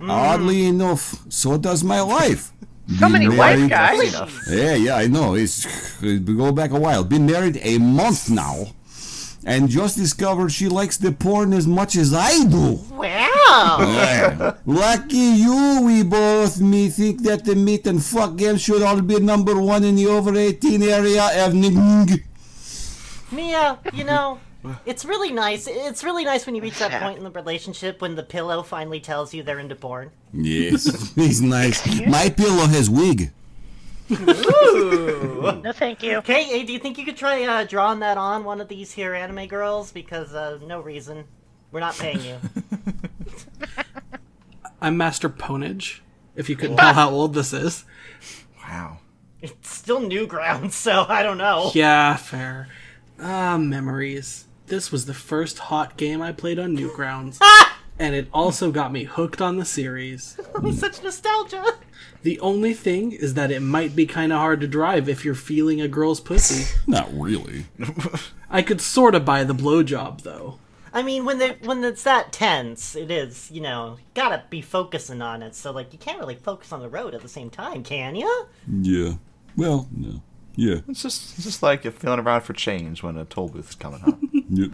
[SPEAKER 8] Oddly enough, so does my life.
[SPEAKER 2] Mm. So many white
[SPEAKER 8] married-
[SPEAKER 2] guys.
[SPEAKER 8] yeah, yeah, I know. It's we go back a while. Been married a month now, and just discovered she likes the porn as much as I do.
[SPEAKER 4] Wow.
[SPEAKER 8] Yeah. Lucky you, we both me think that the meat and fuck game should all be number one in the over eighteen area. Evening.
[SPEAKER 4] Mia, you know, it's really nice. It's really nice when you reach that point in the relationship when the pillow finally tells you they're into porn.
[SPEAKER 8] Yes, he's nice. My pillow has wig.
[SPEAKER 4] no,
[SPEAKER 2] thank you.
[SPEAKER 4] Okay, do you think you could try uh, drawing that on one of these here anime girls? Because uh, no reason, we're not paying you.
[SPEAKER 3] I'm Master Ponage, if you couldn't tell how old this is.
[SPEAKER 6] Wow.
[SPEAKER 4] it's still new ground, so I don't
[SPEAKER 8] Oh.
[SPEAKER 4] know.
[SPEAKER 3] Yeah, fair. Ah, memories. This was the first hot game I played on Newgrounds,
[SPEAKER 8] Ah!
[SPEAKER 3] and it also got me hooked on the series.
[SPEAKER 4] such nostalgia.
[SPEAKER 3] The only thing is that it might be kind of hard to drive if you're feeling a girl's pussy.
[SPEAKER 8] Not really.
[SPEAKER 3] I could sort of buy the blowjob though.
[SPEAKER 4] I mean, when they when it's that tense, it is. You know, gotta be focusing on it. So like, you can't really focus on the road at the same time, can you?
[SPEAKER 8] Yeah. Well, no. Yeah.
[SPEAKER 6] It's just it's just like if feeling around for change when a toll booth is coming up.
[SPEAKER 8] Yep.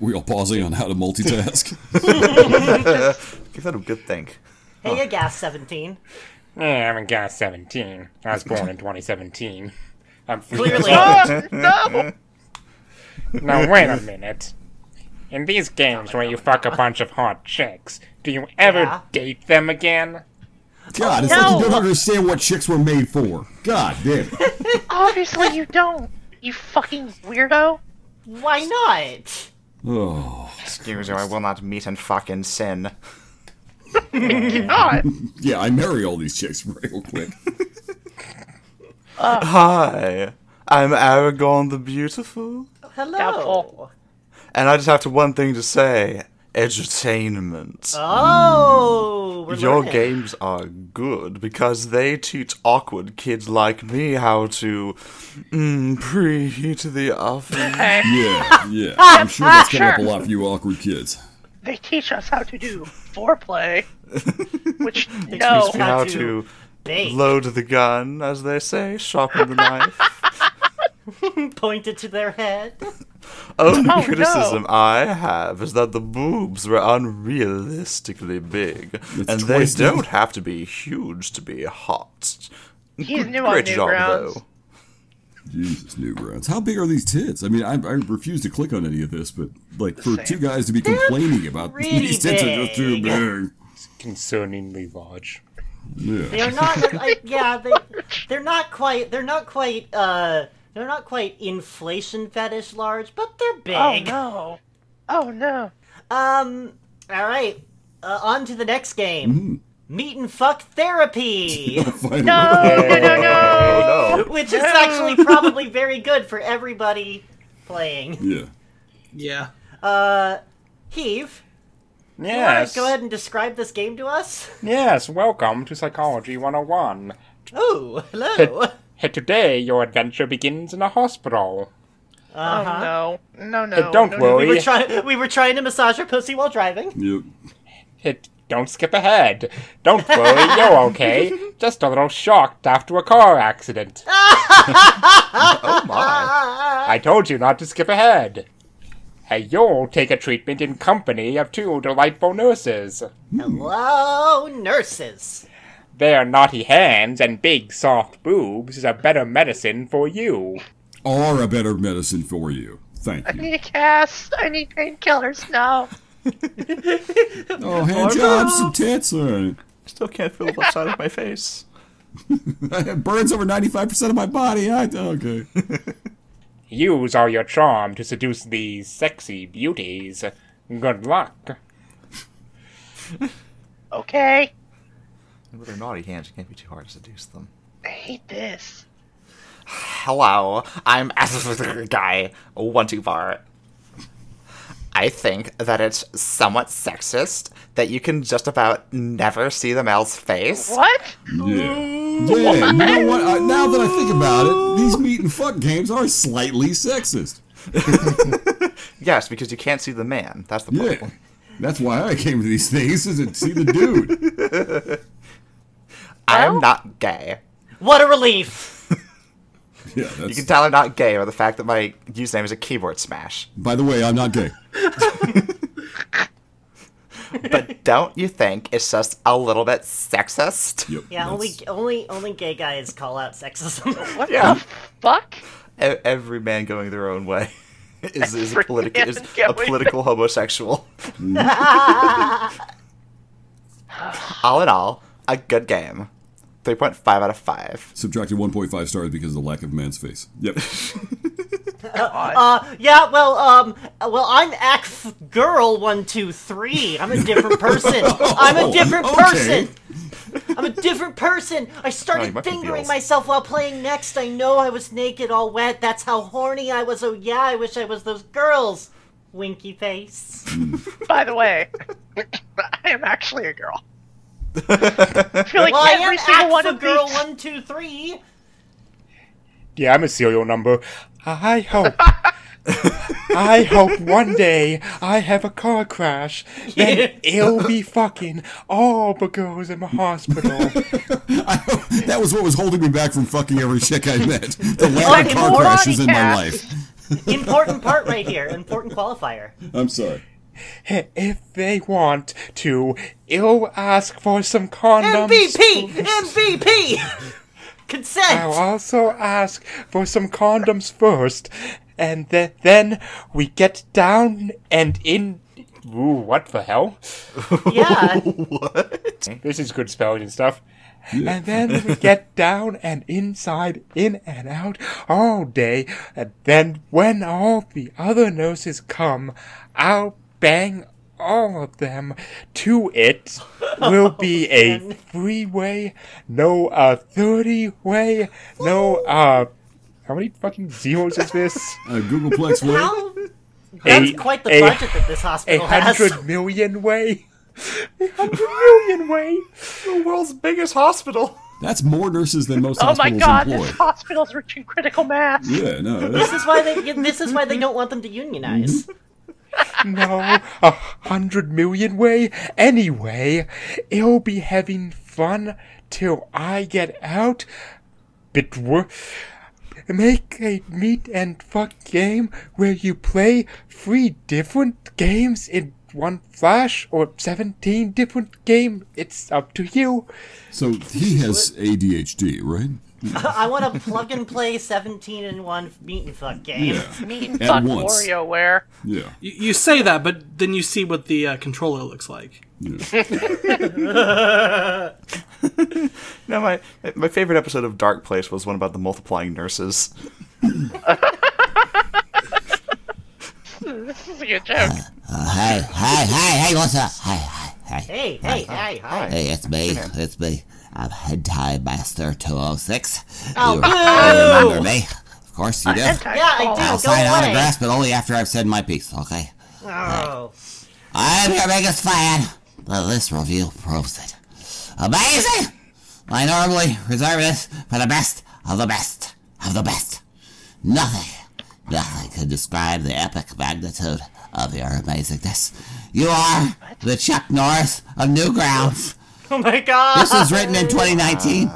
[SPEAKER 8] We all pausing on how to multitask.
[SPEAKER 6] Give that a good think.
[SPEAKER 4] Hey,
[SPEAKER 1] Oh.
[SPEAKER 4] you gas seventeen.
[SPEAKER 1] Yeah, I'm a guy 17. I was born in 2017. I'm
[SPEAKER 4] Clearly.
[SPEAKER 2] No!
[SPEAKER 1] Now wait a minute. In these games where you fuck a bunch of hot chicks, do you ever date them again?
[SPEAKER 8] God, it's like you don't understand what chicks were made for. God damn. it.
[SPEAKER 2] Obviously, you don't. You fucking weirdo.
[SPEAKER 4] Why not?
[SPEAKER 8] Oh.
[SPEAKER 6] Excuse me, I will not meet and fucking sin.
[SPEAKER 2] God.
[SPEAKER 8] Yeah, I marry all these chicks real quick.
[SPEAKER 4] Uh.
[SPEAKER 6] Hi, I'm Aragon the Beautiful,
[SPEAKER 4] Hello.
[SPEAKER 6] and I just have to one thing to say: edutainment.
[SPEAKER 4] Oh, we're
[SPEAKER 6] Your
[SPEAKER 4] learning.
[SPEAKER 6] games are good because they teach awkward kids like me how to mm, preheat the oven.
[SPEAKER 8] yeah, yeah. I'm sure that's coming up a lot for you awkward kids.
[SPEAKER 2] They teach us how to do foreplay, which
[SPEAKER 6] Teach
[SPEAKER 2] no.
[SPEAKER 6] me how to
[SPEAKER 4] bake.
[SPEAKER 6] load the gun, as they say, sharpen the knife.
[SPEAKER 4] pointed to their head.
[SPEAKER 6] Only
[SPEAKER 4] Oh,
[SPEAKER 6] criticism
[SPEAKER 4] no.
[SPEAKER 6] I have is that the boobs were unrealistically big, and they
[SPEAKER 8] twisted.
[SPEAKER 6] don't have to be huge to be hot.
[SPEAKER 2] He's new on
[SPEAKER 6] Great
[SPEAKER 2] new
[SPEAKER 6] job,
[SPEAKER 2] grounds.
[SPEAKER 6] though.
[SPEAKER 8] Jesus, Newgrounds. How big are these tits? I mean, I, I refuse to click on any of this, but like for two guys to be complaining about
[SPEAKER 4] pretty
[SPEAKER 8] these tits are just too big.
[SPEAKER 1] Concerningly large.
[SPEAKER 8] Yeah.
[SPEAKER 4] They're not. like, yeah, they. They're not quite. They're not quite. Uh, they're not quite inflation fetish large, but they're
[SPEAKER 2] Oh
[SPEAKER 4] big.
[SPEAKER 2] no. Oh no.
[SPEAKER 4] Um, All right, uh, on to the next game. Meet and fuck therapy.
[SPEAKER 2] Finally. No, no, no, no. No.
[SPEAKER 4] Which is
[SPEAKER 2] No.
[SPEAKER 4] actually probably very good for everybody playing.
[SPEAKER 7] Yeah.
[SPEAKER 3] Yeah.
[SPEAKER 4] Uh, Heave. you wanna
[SPEAKER 8] Yes.
[SPEAKER 4] Go ahead and describe this game to us.
[SPEAKER 8] Yes, welcome to Psychology 101.
[SPEAKER 4] Oh, hello.
[SPEAKER 8] Here today, your adventure begins in a hospital.
[SPEAKER 4] Uh-huh.
[SPEAKER 2] no, no, no.
[SPEAKER 8] Hey, don't
[SPEAKER 2] no,
[SPEAKER 8] worry.
[SPEAKER 4] We were, try- we were trying to massage her pussy while driving.
[SPEAKER 7] Yep.
[SPEAKER 8] It, don't skip ahead. Don't worry, you're okay. Just a little shocked after a car accident. oh my. I told you not to skip ahead. Hey, you'll take a treatment in company of two delightful nurses.
[SPEAKER 4] Hello, nurses.
[SPEAKER 8] Their naughty hands and big soft boobs is a better medicine for you.
[SPEAKER 7] Or a better medicine for you. Thank
[SPEAKER 2] I need a cast. I need painkillers now.
[SPEAKER 7] Oh, hand
[SPEAKER 2] Or-
[SPEAKER 7] jobs, some tits. All right.
[SPEAKER 1] Still can't feel the left side of my face.
[SPEAKER 7] it burns over 95% of my body. I, okay.
[SPEAKER 8] Use all your charm to seduce these sexy beauties. Good luck.
[SPEAKER 2] Okay.
[SPEAKER 6] With their naughty hands, it can't be too hard to seduce them.
[SPEAKER 2] I hate this.
[SPEAKER 6] Hello, I'm guy one two bar. I think that it's somewhat sexist that you can just about never see the male's face.
[SPEAKER 2] What?
[SPEAKER 7] Yeah, you know what? I, now that I think about it, these meat and fuck games are slightly sexist.
[SPEAKER 6] yes, because you can't see the man. That's the
[SPEAKER 7] Yeah,
[SPEAKER 6] problem.
[SPEAKER 7] that's why I came to these things is to see the dude.
[SPEAKER 6] I'm not gay.
[SPEAKER 4] What a relief!
[SPEAKER 7] Yeah, that's...
[SPEAKER 6] You can tell I'm not gay by the fact that my username is a keyboard smash.
[SPEAKER 7] By the way, I'm not gay.
[SPEAKER 6] But don't you think it's just a little bit sexist?
[SPEAKER 7] Yep.
[SPEAKER 4] Yeah, only only only gay guys call out sexism.
[SPEAKER 2] What
[SPEAKER 6] Yeah.
[SPEAKER 2] the fuck?
[SPEAKER 6] E-, Every man going their own way is, is, a,
[SPEAKER 2] Every
[SPEAKER 6] politic,
[SPEAKER 2] man
[SPEAKER 6] is a
[SPEAKER 2] going
[SPEAKER 6] political homosexual.
[SPEAKER 7] Mm-hmm.
[SPEAKER 6] all in all, a good game. 3.5 out of 5.
[SPEAKER 7] Subtracted 1.5 stars because of the lack of man's face. Yep.
[SPEAKER 4] Uh, yeah, well, um, well, I'm Ax Girl One Two Three. I'm a different person. I'm
[SPEAKER 8] Oh,
[SPEAKER 4] a different
[SPEAKER 2] okay.
[SPEAKER 4] person. I'm a different person. I
[SPEAKER 2] you
[SPEAKER 4] started
[SPEAKER 2] might be
[SPEAKER 4] fingering
[SPEAKER 2] Beals.
[SPEAKER 4] myself while playing next. I know I was naked, all wet. That's how horny I was. Oh yeah, I wish I was those girls. Winky face.
[SPEAKER 2] By the way, I am actually a girl. I feel like
[SPEAKER 4] well, I
[SPEAKER 2] every
[SPEAKER 4] am
[SPEAKER 2] single one
[SPEAKER 4] Axel
[SPEAKER 2] of
[SPEAKER 4] Girl
[SPEAKER 2] these-
[SPEAKER 4] One Two Three.
[SPEAKER 8] Yeah, I'm a serial number. I hope. I hope one day I have a car crash. Then it'll be fucking all but goes in the hospital.
[SPEAKER 7] that was what was holding me back from fucking every chick I met. The lack
[SPEAKER 4] Okay,
[SPEAKER 7] of car
[SPEAKER 4] more
[SPEAKER 7] crashes in my
[SPEAKER 4] body
[SPEAKER 7] life.
[SPEAKER 4] Important part right here. Important qualifier.
[SPEAKER 7] I'm sorry.
[SPEAKER 8] If they want to, it'll ask for some condoms.
[SPEAKER 4] MVP. MVP. Consent.
[SPEAKER 8] I'll also ask for some condoms first, and th- then we get down and in. Ooh, what the hell?
[SPEAKER 4] Yeah.
[SPEAKER 8] what? This is good spelling and stuff. And then we get down and inside, in and out all day. And then when all the other nurses come, I'll bang all of them to it.
[SPEAKER 7] Oh,
[SPEAKER 8] Will be a three way, no a thirty way, no uh how many fucking zeros is this?
[SPEAKER 7] Uh, Googleplex way.
[SPEAKER 4] How? That's quite the budget that this hospital
[SPEAKER 8] a
[SPEAKER 4] has.
[SPEAKER 8] hundred million way. A hundred million way.
[SPEAKER 1] The world's biggest hospital.
[SPEAKER 7] That's more nurses than most
[SPEAKER 2] Oh my
[SPEAKER 7] hospitals
[SPEAKER 2] god,
[SPEAKER 7] employ.
[SPEAKER 2] this hospital's reaching critical mass.
[SPEAKER 7] Yeah, no. Mm-hmm.
[SPEAKER 4] This
[SPEAKER 7] that's-
[SPEAKER 4] is why they. This is why they don't want them to unionize.
[SPEAKER 8] no, a hundred million way. Anyway, it'll be having fun till I get out. Bit wor- Make a meet and fuck game where you play three different games in one flash or 17 different game. It's up to you.
[SPEAKER 7] So he has ADHD, right?
[SPEAKER 4] I want a plug and play seventeen in one meet and fuck game.
[SPEAKER 7] Yeah.
[SPEAKER 2] Meat
[SPEAKER 7] At
[SPEAKER 2] and fuck
[SPEAKER 7] once.
[SPEAKER 2] WarioWare.
[SPEAKER 7] Yeah.
[SPEAKER 3] You, you say that, but then you see what the uh, controller looks like.
[SPEAKER 6] No, my my favorite episode of Dark Place was one about the multiplying nurses.
[SPEAKER 2] This is telling you a joke.
[SPEAKER 14] Uh, hi, hi, hi, hey, what's up? Hi, hi, hi.
[SPEAKER 4] Hey,
[SPEAKER 14] hi.
[SPEAKER 4] hey, hi, hi.
[SPEAKER 14] Hey, it's me. It's me. I'm Hentai Master 206.
[SPEAKER 4] Oh,
[SPEAKER 14] you
[SPEAKER 4] boo!
[SPEAKER 14] remember me? Of course you do.
[SPEAKER 4] Yeah, I do.
[SPEAKER 14] I'll
[SPEAKER 4] Go
[SPEAKER 14] sign
[SPEAKER 4] away.
[SPEAKER 14] autographs, but only after I've said my piece, okay?
[SPEAKER 4] Oh.
[SPEAKER 14] I'm your biggest fan. Well, this review proves it. Amazing! I normally reserve this for the best of the best of the best. Nothing, nothing can describe the epic magnitude of your amazingness. You are the Chuck Norris of Newgrounds.
[SPEAKER 4] Oh my god.
[SPEAKER 14] This was written in 2019.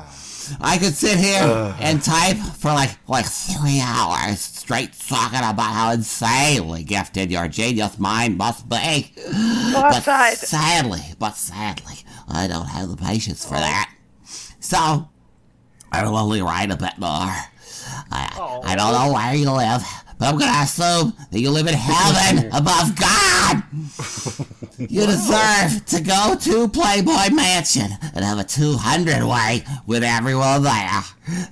[SPEAKER 14] I could sit here and type for like like three hours straight talking about how insanely gifted your genius mind must be. But
[SPEAKER 2] side?
[SPEAKER 14] sadly, but sadly, I don't have the patience for that. So I will only write a bit more. I, I don't know where you live, but I'm gonna assume that you live in heaven above God. You deserve to go to Playboy Mansion and have a 200 way with everyone there.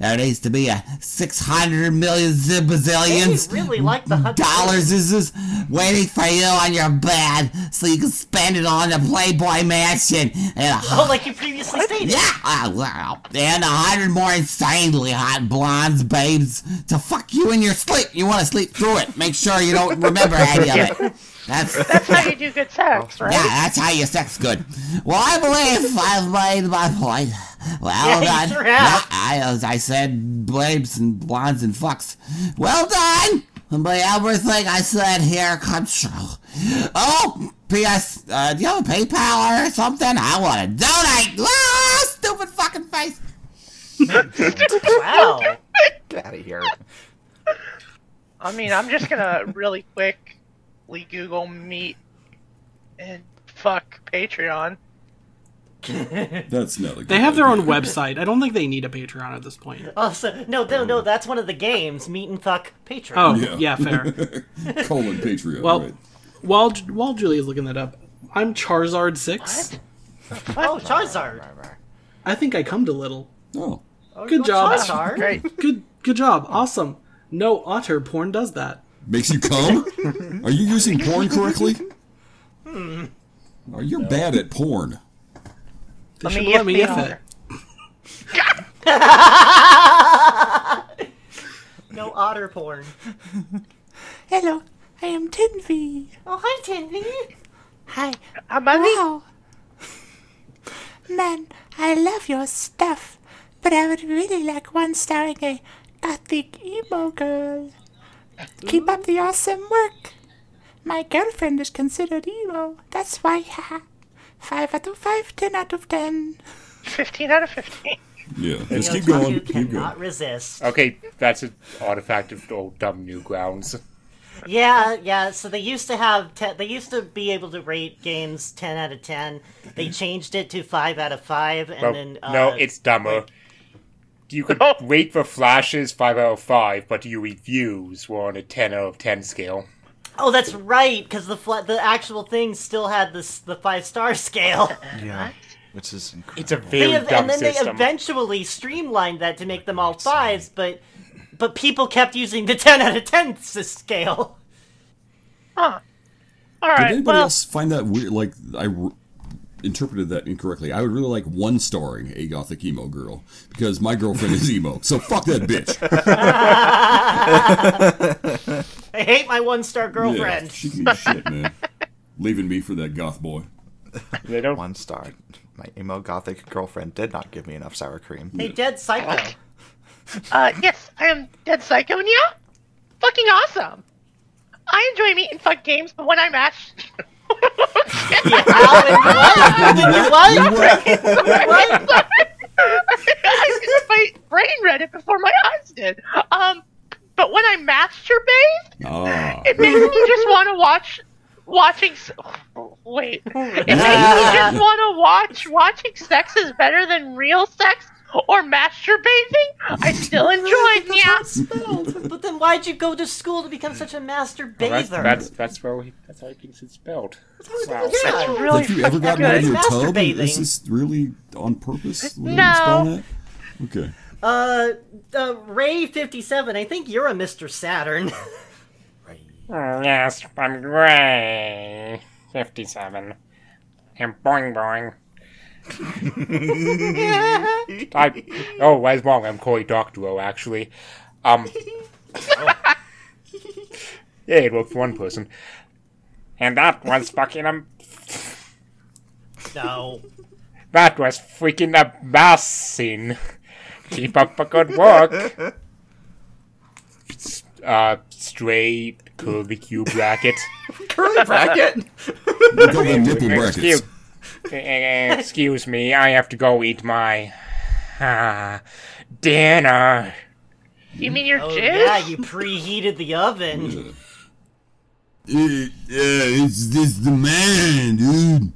[SPEAKER 14] There needs to be a 600 million zibazillions
[SPEAKER 4] They really like the hundred
[SPEAKER 14] dollars is just waiting for you on your bed so you can spend it on the Playboy Mansion. And a
[SPEAKER 4] Oh, like you previously stated.
[SPEAKER 14] yeah, uh, well, and a hundred more insanely hot blondes, babes, to fuck you in your sleep. You want to sleep through it. Make sure you don't remember any of it. That's,
[SPEAKER 2] That's how you do good sex, right?
[SPEAKER 14] yeah, that's how you sex good. Well, I believe I've made my point.
[SPEAKER 2] Yeah,
[SPEAKER 14] Well
[SPEAKER 2] you
[SPEAKER 14] done.
[SPEAKER 2] sure have.
[SPEAKER 14] I, as I said, babes and blondes and fucks. Well done. By everything I said here comes true. Oh, P.S. Uh, do you have a PayPal or something? I want to donate. Ah, stupid fucking face.
[SPEAKER 6] Oh,
[SPEAKER 4] wow.
[SPEAKER 12] Get out of here.
[SPEAKER 2] I mean, I'm just gonna really quickly Google meat and fuck Patreon.
[SPEAKER 8] That's not a good
[SPEAKER 3] They have their own
[SPEAKER 8] idea.
[SPEAKER 3] website. I don't think they need a Patreon at this point.
[SPEAKER 4] Oh, so, no, no, no, that's one of the games, Meet and Fuck Patreon.
[SPEAKER 3] Oh, yeah, fair.
[SPEAKER 8] Colon Patreon,
[SPEAKER 3] Well,
[SPEAKER 8] right?
[SPEAKER 3] while while Julia's looking that up, I'm Charizard six.
[SPEAKER 4] Oh, Charizard.
[SPEAKER 3] I think I come to little.
[SPEAKER 8] Oh.
[SPEAKER 4] Oh,
[SPEAKER 3] Good
[SPEAKER 4] you're
[SPEAKER 3] job.
[SPEAKER 4] Charizard?
[SPEAKER 3] Good good job. Awesome. No otter porn does that.
[SPEAKER 8] Makes you come?
[SPEAKER 4] Hmm.
[SPEAKER 8] Are you using porn correctly? Are you bad at porn?
[SPEAKER 3] They
[SPEAKER 2] Let
[SPEAKER 3] should
[SPEAKER 2] me
[SPEAKER 3] let
[SPEAKER 2] if
[SPEAKER 3] me
[SPEAKER 2] the
[SPEAKER 3] if it.
[SPEAKER 2] otter.
[SPEAKER 4] No otter porn.
[SPEAKER 13] Hello, I am Tinvi.
[SPEAKER 4] Oh, hi, Tinvi.
[SPEAKER 13] Hi.
[SPEAKER 2] I'm Andy.
[SPEAKER 13] Wow. Man, I love your stuff, but I would really like one starring a gothic emo girl. Keep up the awesome work. My girlfriend is considered emo. That's why, haha. Five out of five, ten out of ten.
[SPEAKER 2] Fifteen out of fifteen.
[SPEAKER 8] Yeah,
[SPEAKER 4] just keep going. Keep going. Resist.
[SPEAKER 1] Okay, that's an artifact of old dumb new grounds.
[SPEAKER 4] Yeah, yeah. So they used to have te- they used to be able to rate games ten out of ten. They changed it to five out of five, and
[SPEAKER 1] Well,
[SPEAKER 4] then uh,
[SPEAKER 1] no, it's dumber. You could rate for flashes five out of five, but your reviews were on a ten out of ten scale.
[SPEAKER 4] oh, that's right, because the fla- the actual thing still had this the five star scale.
[SPEAKER 12] Yeah. Which is incredible.
[SPEAKER 1] It's a
[SPEAKER 4] They
[SPEAKER 1] very
[SPEAKER 4] ev-
[SPEAKER 1] dumb
[SPEAKER 4] and then they
[SPEAKER 1] system.
[SPEAKER 4] eventually streamlined that to make them all fives, but but people kept using the ten out of ten s- scale.
[SPEAKER 2] Huh. All
[SPEAKER 8] Did
[SPEAKER 2] right.
[SPEAKER 8] anybody
[SPEAKER 2] Well,
[SPEAKER 8] else find that weird? Like, I r- interpreted that incorrectly. I would really like one starring a gothic emo girl because my girlfriend is emo. So fuck that bitch.
[SPEAKER 4] I hate my one star girlfriend.
[SPEAKER 8] Yeah, she can eat shit, man. Leaving me for that goth boy.
[SPEAKER 1] They don't.
[SPEAKER 12] One star. My emo gothic girlfriend did not give me enough sour cream.
[SPEAKER 4] Hey, dead psycho.
[SPEAKER 1] Oh.
[SPEAKER 2] uh, yes, I am Dead Psychonia. Fucking awesome. I enjoy meat and fuck games, but when I'm ash,
[SPEAKER 4] what? What?
[SPEAKER 2] I did my brain read it before my eyes did. Um, but when I masturbate,
[SPEAKER 7] Oh.
[SPEAKER 8] Ah.
[SPEAKER 2] it makes me just want to watch watching. s- Wait, it makes me just want to watch watching sex is better than real sex or masturbating. I still enjoy. Yeah.
[SPEAKER 4] Spelled. But then why'd you go to school to become such a master
[SPEAKER 1] Well, that's,
[SPEAKER 4] bather?
[SPEAKER 1] that's that's where he, that's how he thinks it's spelled. Wow.
[SPEAKER 4] yeah.
[SPEAKER 8] Have you ever gotten out of your tub? Is
[SPEAKER 4] Masturbating.
[SPEAKER 8] this really on purpose? What are you
[SPEAKER 4] No.
[SPEAKER 8] spelling that? Okay.
[SPEAKER 4] Uh, uh, Ray fifty-seven. I think you're a Mister Saturn.
[SPEAKER 1] Mm, yes, I'm gray. 57. And boing boing. I, oh, where's wrong? I'm Cory Doctorow, actually. Um, yeah, it worked for one person. And that was fucking um.
[SPEAKER 4] No.
[SPEAKER 1] That was freaking embarrassing. Keep up a good work. S- Uh, stray curly Q bracket.
[SPEAKER 6] Curly bracket?
[SPEAKER 7] We call them nipple
[SPEAKER 1] Excuse,
[SPEAKER 7] brackets.
[SPEAKER 1] eh, excuse me, I have to go eat my ah, dinner.
[SPEAKER 2] You mean your
[SPEAKER 4] oh,
[SPEAKER 2] jizz?
[SPEAKER 4] Yeah, you preheated the oven.
[SPEAKER 15] Uh, uh, it's this the man, dude.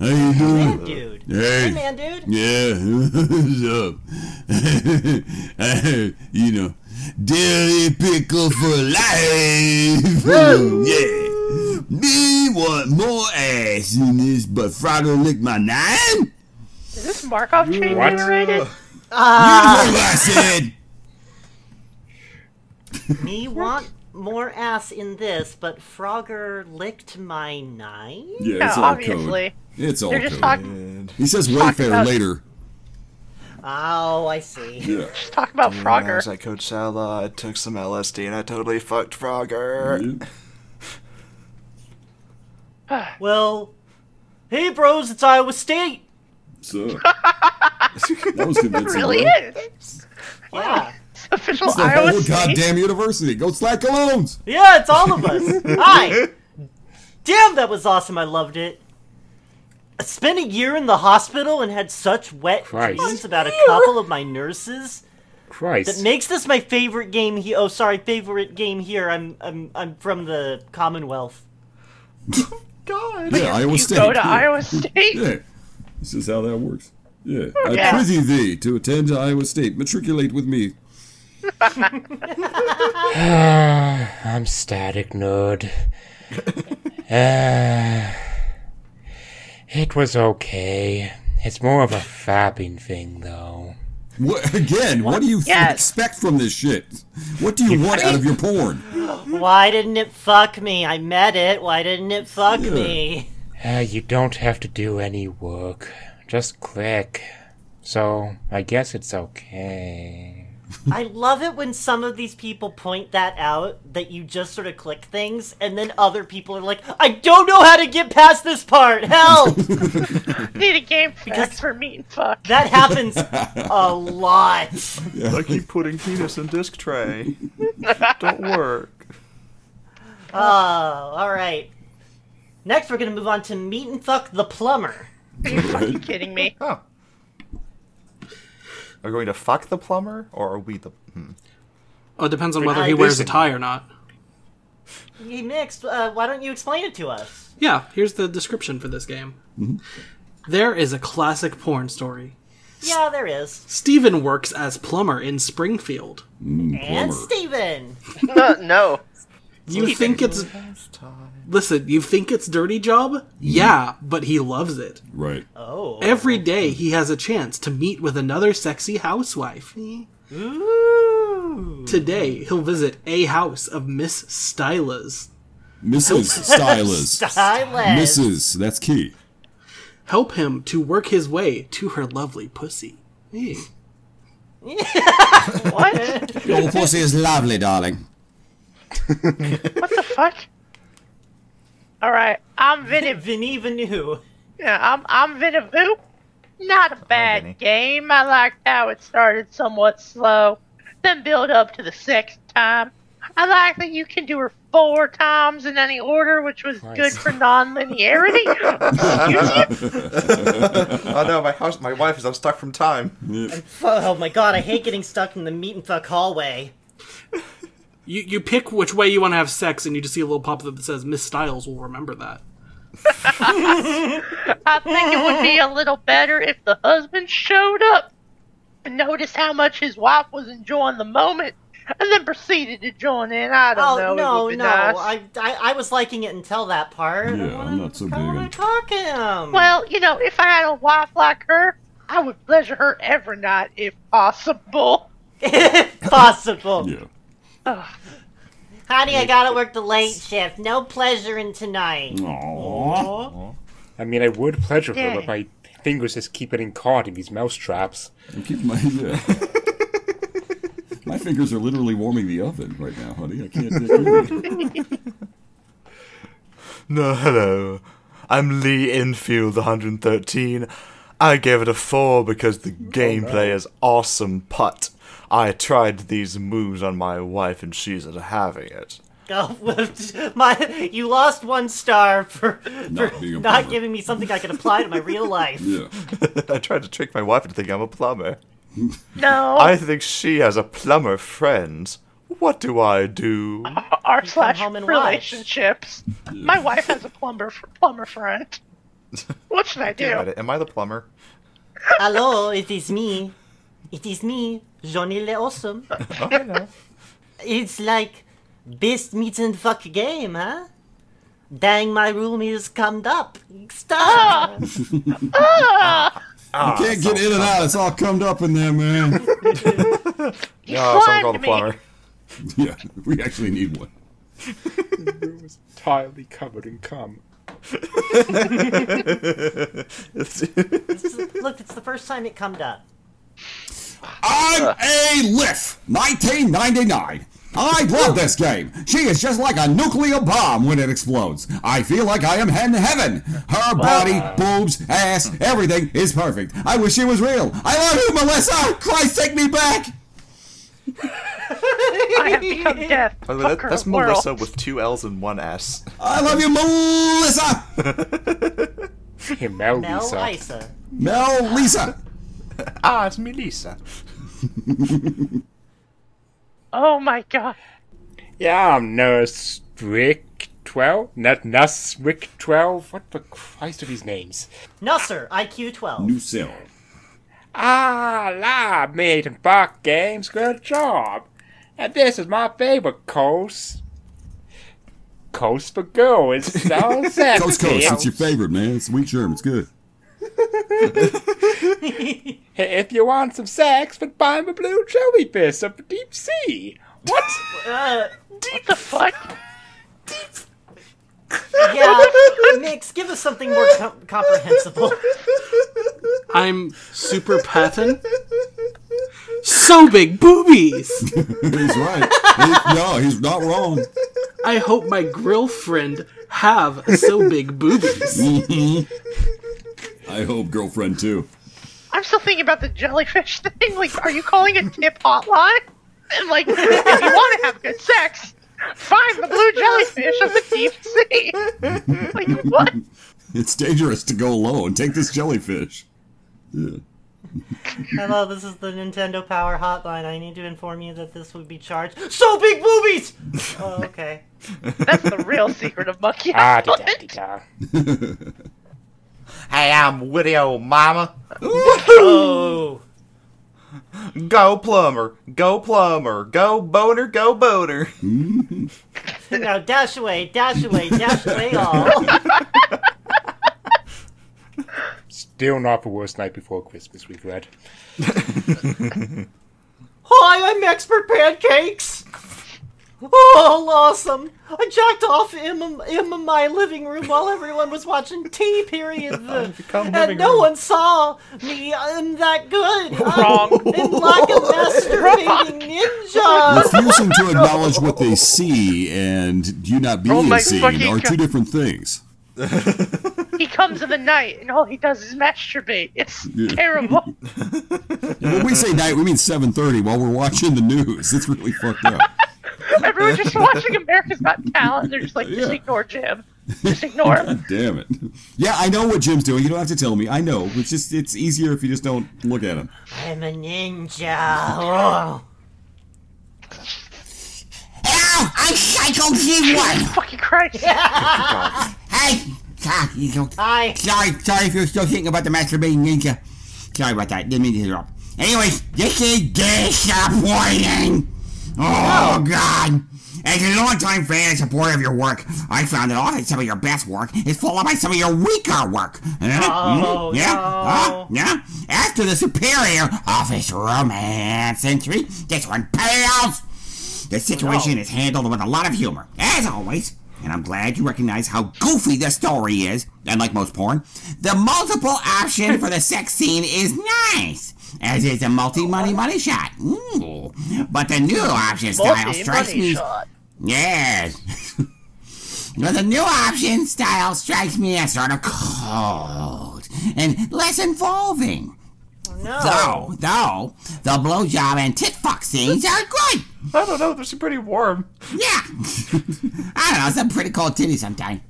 [SPEAKER 15] How you doing?
[SPEAKER 4] Man, dude.
[SPEAKER 15] Hey.
[SPEAKER 4] Hey, man, dude.
[SPEAKER 15] Yeah, what's up? I, you know, dairy pickle for life. yeah. Me want more ass in this, but Frogger lick my nine?
[SPEAKER 2] Is this Markov chain
[SPEAKER 15] What?
[SPEAKER 2] generated?
[SPEAKER 15] you know what I said?
[SPEAKER 4] Me want more ass in this, but Frogger licked my nine?
[SPEAKER 7] Yeah, it's all code. It's all code. he says
[SPEAKER 4] talking
[SPEAKER 7] Wayfair
[SPEAKER 4] about-
[SPEAKER 7] later.
[SPEAKER 4] Oh, I see.
[SPEAKER 2] Just talk about Frogger.
[SPEAKER 6] Mm, I was at Coachella. I took some LSD and I totally fucked Frogger.
[SPEAKER 4] well, hey, bros, it's Iowa State.
[SPEAKER 7] So that was convincing.
[SPEAKER 2] really
[SPEAKER 7] right?
[SPEAKER 2] is. Yeah. Official
[SPEAKER 7] It's the
[SPEAKER 2] Iowa
[SPEAKER 7] whole
[SPEAKER 2] State.
[SPEAKER 7] goddamn university. Go slack calones.
[SPEAKER 4] Yeah, it's all of us. Hi. Damn, that was awesome. I loved it. I spent a year in the hospital and had such wet
[SPEAKER 1] Christ.
[SPEAKER 4] dreams about a couple of my nurses.
[SPEAKER 1] Christ.
[SPEAKER 4] That makes this my favorite game here. Oh, sorry, favorite game here. I'm I'm I'm from the Commonwealth.
[SPEAKER 2] God.
[SPEAKER 7] Yeah, Iowa
[SPEAKER 2] you
[SPEAKER 7] State.
[SPEAKER 2] go to
[SPEAKER 7] yeah.
[SPEAKER 2] Iowa State.
[SPEAKER 7] Yeah, this is how that works. Yeah, I
[SPEAKER 2] Yeah.
[SPEAKER 7] prithee thee to attend to Iowa State. Matriculate with me.
[SPEAKER 1] I'm static nerd. Ah, it was okay. It's more of a fapping thing, though.
[SPEAKER 7] What, again, what, do you f- expect from this shit? What do you want out of your porn?
[SPEAKER 4] Why didn't it fuck me? I met it. Why didn't it fuck me?
[SPEAKER 1] Uh, you don't have to do any work. Just click. So, I guess it's okay.
[SPEAKER 4] I love it when some of these people point that out that you just sort of click things, and then other people are like, "I don't know how to get past this part. Help!"
[SPEAKER 2] Need a game because for meat and fuck.
[SPEAKER 4] That happens a lot.
[SPEAKER 6] I keep putting penis in disc tray. Don't work.
[SPEAKER 4] Oh, all right. Next, we're gonna move on to meet and fuck the plumber.
[SPEAKER 2] Are you fucking kidding me?
[SPEAKER 6] Are we going to fuck the plumber or are we the? Hmm.
[SPEAKER 3] Oh, it depends on
[SPEAKER 6] Wait,
[SPEAKER 3] whether he
[SPEAKER 6] I-
[SPEAKER 3] wears a
[SPEAKER 6] listen.
[SPEAKER 3] tie or not.
[SPEAKER 4] He mixed. Uh, why don't you explain it to us?
[SPEAKER 3] Yeah, here's the description for this game.
[SPEAKER 8] Mm-hmm.
[SPEAKER 3] There is a classic porn story.
[SPEAKER 4] Yeah, there is.
[SPEAKER 3] Steven works as plumber in Springfield.
[SPEAKER 8] Mm,
[SPEAKER 4] And Steven.
[SPEAKER 2] Uh,
[SPEAKER 4] Uh,
[SPEAKER 16] no.
[SPEAKER 3] You think it's listen? You think it's dirty job? Yeah, but he loves it.
[SPEAKER 7] Right.
[SPEAKER 4] Oh.
[SPEAKER 3] Every day he has a chance to meet with another sexy housewife.
[SPEAKER 4] Ooh.
[SPEAKER 3] Today he'll visit a house of Miss Styla's.
[SPEAKER 7] Mrs. Stylus.
[SPEAKER 3] Stylus.
[SPEAKER 7] Mrs. That's key.
[SPEAKER 3] Help him to work his way to her lovely pussy. Hey.
[SPEAKER 2] What?
[SPEAKER 15] Your pussy is lovely, darling.
[SPEAKER 2] What the fuck? All right, I'm Vinny.
[SPEAKER 4] Vinny Vanu.
[SPEAKER 2] Yeah, I'm I'm Vinny Voo. Not a bad game. I liked how it started somewhat slow, then build up to the sixth time. I like that you can do her four times in any order, which was good for non-linearity.
[SPEAKER 6] oh no, my house, my wife is unstuck from time.
[SPEAKER 4] Fu- Oh my god, I hate getting stuck in the meet and fuck hallway.
[SPEAKER 3] You you pick which way you want to have sex, and you just see a little pop up that says Miss Styles will remember that.
[SPEAKER 2] I think it would be a little better if the husband showed up and noticed how much his wife was enjoying the moment, and then proceeded to join in. I don't know.
[SPEAKER 4] oh
[SPEAKER 2] it
[SPEAKER 4] no,
[SPEAKER 2] would be
[SPEAKER 4] no,
[SPEAKER 2] nice.
[SPEAKER 4] I, I I was liking it until that part.
[SPEAKER 7] Yeah, I'm not so big on.
[SPEAKER 4] Fuck him.
[SPEAKER 2] Well, you know, if I had a wife like her, I would pleasure her every night if possible.
[SPEAKER 4] Possible.
[SPEAKER 7] Yeah.
[SPEAKER 2] Ugh.
[SPEAKER 4] Honey, I gotta work the late shift. No pleasure in tonight.
[SPEAKER 1] Aww. I mean, I would pleasure her, but my fingers just keep getting caught in these mouse traps.
[SPEAKER 8] I keep my yeah. my fingers are literally warming the oven right now, honey. I can't. dig in it.
[SPEAKER 6] No, hello. I'm Lee Infield 113. I gave it a 4 because the gameplay is awesome putt. I tried these moves on my wife and she's not having it.
[SPEAKER 4] Go with my. You lost one star for
[SPEAKER 6] Not
[SPEAKER 4] for
[SPEAKER 6] being a
[SPEAKER 4] not
[SPEAKER 6] plumber.
[SPEAKER 4] giving me something I can apply to my real life.
[SPEAKER 8] Yeah.
[SPEAKER 6] I tried to trick my wife into thinking I'm a plumber.
[SPEAKER 2] No.
[SPEAKER 6] I think she has a plumber friend. What do I do?
[SPEAKER 2] R slash
[SPEAKER 4] and
[SPEAKER 2] relationships. My wife has a plumber for plumber friend. What should I
[SPEAKER 6] Damn
[SPEAKER 2] do?
[SPEAKER 6] it, Am I the plumber?
[SPEAKER 4] Hello, it is me. It is me, Johnny Le Awesome. It's like best meet and fuck game, huh? Dang, my room is cummed up. Stop! Ah!
[SPEAKER 7] you can't get in and out. It's all cummed up in there, man.
[SPEAKER 6] No, someone called the plumber.
[SPEAKER 7] yeah, we actually need one.
[SPEAKER 1] the room is entirely covered in cum.
[SPEAKER 4] Look, it's the first time it cummed up.
[SPEAKER 2] Uh.
[SPEAKER 7] I'm a Liff, 1999. I love this game. She is just like a nuclear bomb when it explodes. I feel like I am in heaven. Her body, boobs, ass, everything is perfect. I wish she was real. I love you, Melissa. Christ, take me back.
[SPEAKER 2] I have become death.
[SPEAKER 6] By the way, that,
[SPEAKER 2] Fucker
[SPEAKER 6] that's
[SPEAKER 2] world.
[SPEAKER 6] Melissa with two L's and one S.
[SPEAKER 7] I love you, Melissa.
[SPEAKER 1] Hey, Mel
[SPEAKER 4] Mel
[SPEAKER 1] Lisa.
[SPEAKER 4] Isa.
[SPEAKER 7] Mel Lisa.
[SPEAKER 6] ah, it's me, Lisa.
[SPEAKER 2] Oh my god.
[SPEAKER 1] Yeah, I'm Nurstrick 12? Not Nusrick 12? What the Christ are these names?
[SPEAKER 4] Nusser, IQ 12.
[SPEAKER 7] New cell.
[SPEAKER 1] Ah, live made and bark games, good job. And this is my favorite coast. Coast for girl is so sexy.
[SPEAKER 7] Coast Coast, it's your favorite, man. It's sweet germ. It's good.
[SPEAKER 1] Hey, if you want some sex, but buy me blue jellyfish of the deep sea. What?
[SPEAKER 4] Uh,
[SPEAKER 2] what the fuck?
[SPEAKER 4] Yeah, Mix, give us something more com- comprehensible.
[SPEAKER 3] I'm super Patton. So big boobies.
[SPEAKER 7] he's right. no, he's not wrong.
[SPEAKER 3] I hope my grill friend have so big boobies.
[SPEAKER 7] Mm-hmm. I hope girlfriend too.
[SPEAKER 2] I'm still thinking about the jellyfish thing. Like, are you calling a tip hotline? And like, if you want to have good sex, find the blue jellyfish of the deep sea. Like, what?
[SPEAKER 7] It's dangerous to go low and take this jellyfish.
[SPEAKER 2] Uh,
[SPEAKER 7] Yeah.
[SPEAKER 4] Hello, this is the Nintendo Power Hotline. I need to inform you that this would be charged. So big boobies! Oh, okay.
[SPEAKER 2] That's the real secret of Monkey
[SPEAKER 4] Ah,
[SPEAKER 2] Island.
[SPEAKER 12] Hey, I'm Woody old mama.
[SPEAKER 4] Oh.
[SPEAKER 6] Go plumber, go plumber, go boner, go boner.
[SPEAKER 4] Now dash away, dash away, dash away all.
[SPEAKER 1] Still not the worst night before Christmas we've read.
[SPEAKER 4] Hi, I'm Expert Pancakes! Oh, awesome! I jacked off him, him in my living room while everyone was watching T period. and
[SPEAKER 2] living
[SPEAKER 4] no
[SPEAKER 2] room.
[SPEAKER 4] one saw me. I'm that good. Wrong. I'm like a masturbating ninja.
[SPEAKER 7] Refusing to acknowledge what they see and you not
[SPEAKER 2] Oh
[SPEAKER 7] being
[SPEAKER 2] my
[SPEAKER 7] seen
[SPEAKER 2] fucking
[SPEAKER 7] are two
[SPEAKER 2] God.
[SPEAKER 7] different things.
[SPEAKER 2] He comes in the night and all he does is masturbate. It's
[SPEAKER 7] Yeah.
[SPEAKER 2] terrible.
[SPEAKER 7] When we say night, we mean 7:30 while we're watching the news. It's really fucked up.
[SPEAKER 2] Everyone's just watching America's Got Talent. They're just like, just ignore Jim. Just ignore him.
[SPEAKER 7] God damn it. Yeah, I know what Jim's doing. You don't have to tell me. I know. It's just it's easier if you just don't look at him.
[SPEAKER 4] I'm a ninja. Oh.
[SPEAKER 2] Ow! I'm Psycho Jim One. Fucking Christ!
[SPEAKER 13] Hey! God, Ah, you don't.
[SPEAKER 4] Hi.
[SPEAKER 13] Sorry, sorry if you're still thinking about the masturbating ninja. Sorry about that. Didn't mean to interrupt. Anyways, this is disappointing. Oh God! As a longtime fan and supporter of your work, I found that often some of your best work is followed by some of your weaker work. Huh?
[SPEAKER 4] Oh,
[SPEAKER 13] Hmm? yeah,
[SPEAKER 4] no.
[SPEAKER 13] Huh? yeah. After the superior office romance entry, this one pales
[SPEAKER 14] The situation is handled with a lot of humor, as always, and I'm glad you recognize how goofy the story is. And like most porn, the multiple option for the sex scene is nice, as is the multi money money shot. Ooh. But the new option style
[SPEAKER 2] Multi
[SPEAKER 14] strikes
[SPEAKER 2] money
[SPEAKER 14] me.
[SPEAKER 2] shot.
[SPEAKER 14] Yes. but the new option style strikes me as sort of cold and less involving. Though, though, the blowjob and tit fuck scenes are good.
[SPEAKER 13] I don't know. They're some pretty warm.
[SPEAKER 14] Yeah. I don't know. Some pretty cold titty sometime.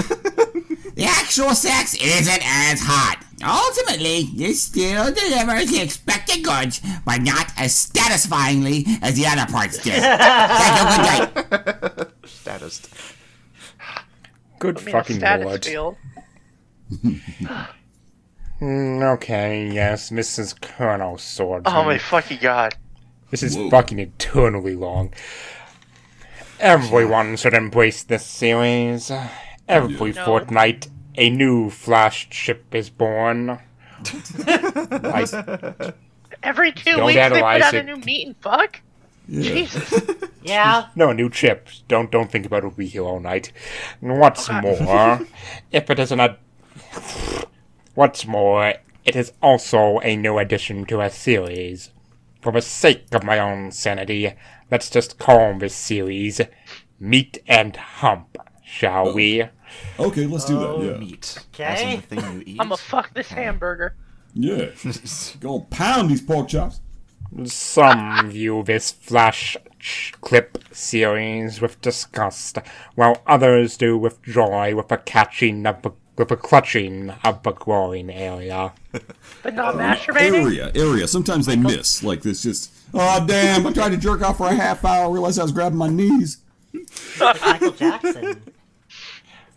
[SPEAKER 14] the actual sex isn't as hot. Ultimately, this still delivers the expected goods, but not as satisfyingly as the other parts do. Thank you. Good night.
[SPEAKER 6] Status.
[SPEAKER 1] Good
[SPEAKER 6] I mean,
[SPEAKER 1] fucking
[SPEAKER 6] status
[SPEAKER 1] lord.
[SPEAKER 6] field.
[SPEAKER 1] Mm, okay, yes, this is Colonel Sword.
[SPEAKER 17] Oh my fucking god.
[SPEAKER 1] This is
[SPEAKER 17] Whoa.
[SPEAKER 1] fucking eternally long. Everyone should embrace this series. Every
[SPEAKER 17] No.
[SPEAKER 1] fortnight, a new Flash ship is born. I-
[SPEAKER 2] Every 2
[SPEAKER 1] Don't
[SPEAKER 2] weeks they put
[SPEAKER 1] analyze
[SPEAKER 2] out a
[SPEAKER 1] it.
[SPEAKER 2] new meat and fuck. Jesus.
[SPEAKER 4] Yeah.
[SPEAKER 1] no, new chip. Don't don't think about it. We'll be here all night. And What's
[SPEAKER 2] Uh,
[SPEAKER 1] more, if it isn't a What's more, it is also a new addition to our series. For the sake of my own sanity, let's just call this series Meat and Hump, shall we?
[SPEAKER 7] Okay, let's do that. Yeah.
[SPEAKER 2] Oh, Okay. I'm gonna fuck
[SPEAKER 4] Oh.
[SPEAKER 2] this hamburger.
[SPEAKER 7] Yeah. Go pound these pork chops.
[SPEAKER 1] Some view this flash ch- clip series with disgust, while others do with joy with a catching of the, with a clutching of the groin area.
[SPEAKER 2] But not masturbating?
[SPEAKER 7] Uh, Area, area. Sometimes they miss. Like this, just oh damn! I tried to jerk off for a half hour. Realized I was grabbing my knees.
[SPEAKER 4] Michael Jackson.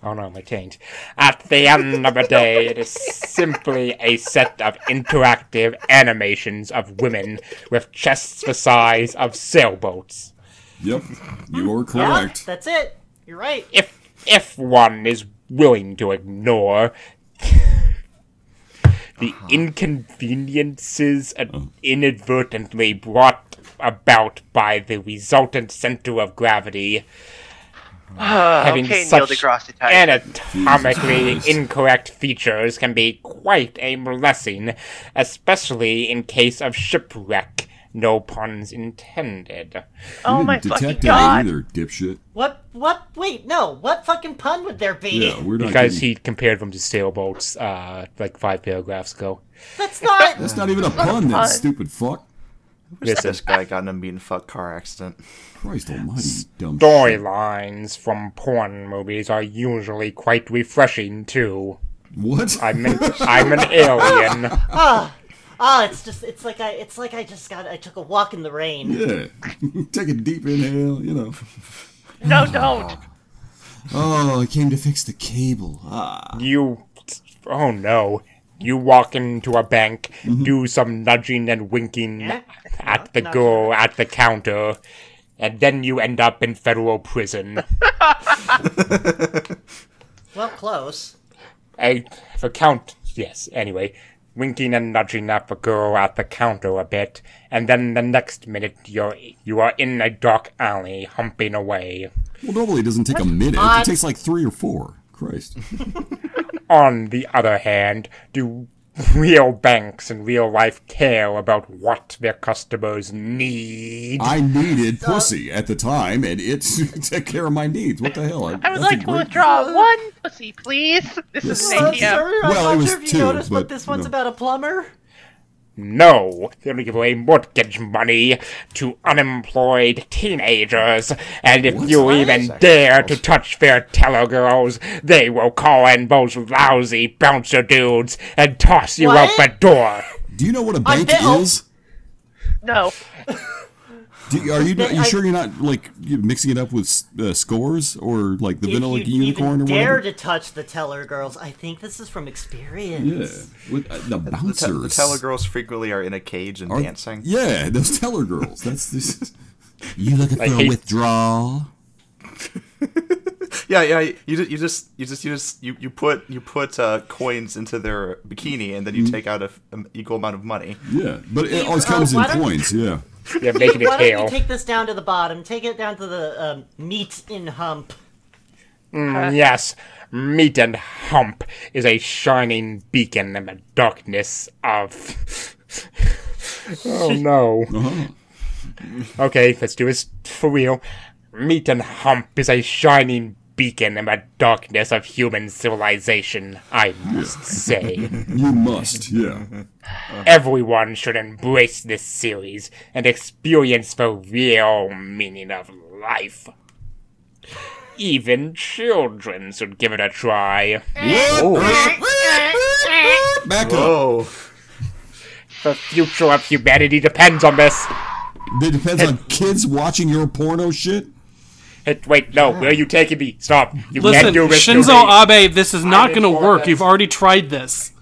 [SPEAKER 1] Oh no, my taint. At the end of the day, it is simply a set of interactive animations of women with chests the size of sailboats.
[SPEAKER 7] Yep, you are
[SPEAKER 4] Yeah, that's it. You're right.
[SPEAKER 1] If if one is willing to ignore the inconveniences ad- inadvertently brought about by the resultant center of gravity,
[SPEAKER 17] Ah,
[SPEAKER 1] having
[SPEAKER 17] okay, Neil
[SPEAKER 1] such
[SPEAKER 17] deGrasse Tyson.
[SPEAKER 1] anatomically
[SPEAKER 17] Jesus Christ.
[SPEAKER 1] incorrect features can be quite a blessing, especially in case of shipwreck. No puns intended.
[SPEAKER 4] Oh
[SPEAKER 7] you
[SPEAKER 4] my
[SPEAKER 7] didn't
[SPEAKER 4] fucking
[SPEAKER 7] detect
[SPEAKER 4] God.
[SPEAKER 7] that either, dipshit.
[SPEAKER 4] What? What? Wait, no. What fucking pun would there be?
[SPEAKER 1] because he compared them to sailboats uh, like five paragraphs ago.
[SPEAKER 4] That's not.
[SPEAKER 7] That's not even a pun. That stupid fuck.
[SPEAKER 6] This, this guy got in a mean fuck car accident.
[SPEAKER 7] Christ almighty, dumb
[SPEAKER 1] Storylines from porn movies are usually quite refreshing too.
[SPEAKER 7] What?
[SPEAKER 1] I'm an, I'm an alien.
[SPEAKER 4] Ah, ah, it's just. It's like I. It's like I just got. I took a walk in the rain.
[SPEAKER 7] Yeah. Take a deep inhale, you know.
[SPEAKER 2] No, don't.
[SPEAKER 7] Oh, I came to fix the cable. Ah.
[SPEAKER 1] You, oh no. You walk into a bank, do some nudging and winking at the girl at the counter, and then you end up in federal prison.
[SPEAKER 4] Well, close.
[SPEAKER 1] I, the count, yes, anyway, winking and nudging at the girl at the counter a bit, and then the next minute you're, you are in a dark alley, humping away.
[SPEAKER 7] Well, normally it doesn't take a minute.
[SPEAKER 1] odd?
[SPEAKER 7] It takes like three or four. Christ.
[SPEAKER 1] On the other hand, do real banks in real life care about what their customers need?
[SPEAKER 7] I needed pussy at the time, and it took care of my needs. What the hell?
[SPEAKER 2] I would
[SPEAKER 7] that's
[SPEAKER 2] like
[SPEAKER 7] a
[SPEAKER 2] to
[SPEAKER 7] great-
[SPEAKER 2] withdraw one pussy, please. This is an
[SPEAKER 4] Well,
[SPEAKER 2] ATM.
[SPEAKER 4] sorry, I'm
[SPEAKER 7] Well,
[SPEAKER 4] not
[SPEAKER 7] it was
[SPEAKER 4] sure if you
[SPEAKER 7] two,
[SPEAKER 4] noticed, but,
[SPEAKER 7] but,
[SPEAKER 4] this one's
[SPEAKER 7] no.
[SPEAKER 4] about a plumber.
[SPEAKER 1] No, they only give away mortgage money to unemployed teenagers, and if you even dare to touch their tello girls, they will call in those lousy bouncer dudes and toss you out the
[SPEAKER 2] What?
[SPEAKER 1] door.
[SPEAKER 7] Do you know what a
[SPEAKER 2] I
[SPEAKER 7] bank
[SPEAKER 2] feel-
[SPEAKER 7] is?
[SPEAKER 2] No.
[SPEAKER 7] Do, are you,
[SPEAKER 4] They-
[SPEAKER 7] you
[SPEAKER 4] I-
[SPEAKER 7] sure you're not like you mixing it up with s- uh, scores or like the
[SPEAKER 4] if
[SPEAKER 7] vanilla
[SPEAKER 4] you
[SPEAKER 7] unicorn
[SPEAKER 4] even
[SPEAKER 7] or
[SPEAKER 4] dare
[SPEAKER 7] whatever?
[SPEAKER 4] to touch the teller girls, I think this is from experience.
[SPEAKER 7] Yeah, with, uh, the
[SPEAKER 6] The, te- the
[SPEAKER 7] bouncers.
[SPEAKER 6] teller girls frequently are in a cage and
[SPEAKER 7] Are-
[SPEAKER 6] dancing.
[SPEAKER 7] Yeah, those teller girls. That's this.
[SPEAKER 18] You looking for
[SPEAKER 6] Like
[SPEAKER 18] a
[SPEAKER 6] he-
[SPEAKER 18] withdrawal?
[SPEAKER 6] Yeah, yeah. You just, you just, you just, you just, you, you put, you put uh, coins into their bikini, and then you
[SPEAKER 7] Mhm.
[SPEAKER 6] take out a f- an equal amount of money.
[SPEAKER 7] Yeah, but it always comes in coins. Yeah,
[SPEAKER 1] Yeah, making a
[SPEAKER 4] Why don't
[SPEAKER 1] tail.
[SPEAKER 4] you take this down to the bottom? Take it down to the um, meat in hump.
[SPEAKER 1] Mm, yes, meat and hump is a shining beacon in the darkness of. oh no.
[SPEAKER 7] Uh-huh.
[SPEAKER 1] Okay, let's do this for real. Meat and hump is a shining beacon in the darkness of human civilization, I must say.
[SPEAKER 7] You must, yeah.
[SPEAKER 1] Uh-huh. Everyone should embrace this series and experience the real meaning of life. Even children should give it a try.
[SPEAKER 7] Back
[SPEAKER 1] up. The future of humanity depends on this.
[SPEAKER 7] It depends on kids watching your porno shit.
[SPEAKER 1] wait, no, where are you taking me? Stop. You
[SPEAKER 3] Listen,
[SPEAKER 1] can't do this. to me.
[SPEAKER 3] Shinzo Abe, this is not
[SPEAKER 1] Abe
[SPEAKER 3] going to
[SPEAKER 1] for
[SPEAKER 3] work.
[SPEAKER 1] this.
[SPEAKER 3] You've already tried this.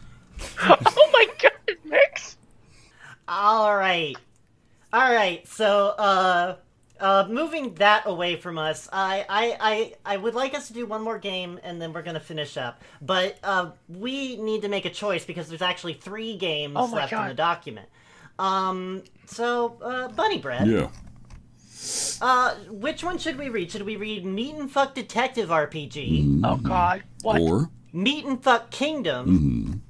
[SPEAKER 4] All right. All right. So, uh, uh, moving that away from us, I, I, I, I would like us to do one more game, and then we're gonna finish up. But uh, we need to make a choice because there's actually three games
[SPEAKER 2] Oh my
[SPEAKER 4] left in
[SPEAKER 2] God.
[SPEAKER 4] the document. Um. So, uh, Bunny Bread.
[SPEAKER 7] Yeah.
[SPEAKER 4] Uh, which one should we read? Should we read Meat and Fuck Detective RPG?
[SPEAKER 7] Oh,
[SPEAKER 4] God.
[SPEAKER 7] Or,
[SPEAKER 4] Meat and Fuck Kingdom
[SPEAKER 10] Mm-hmm.
[SPEAKER 7] mhm.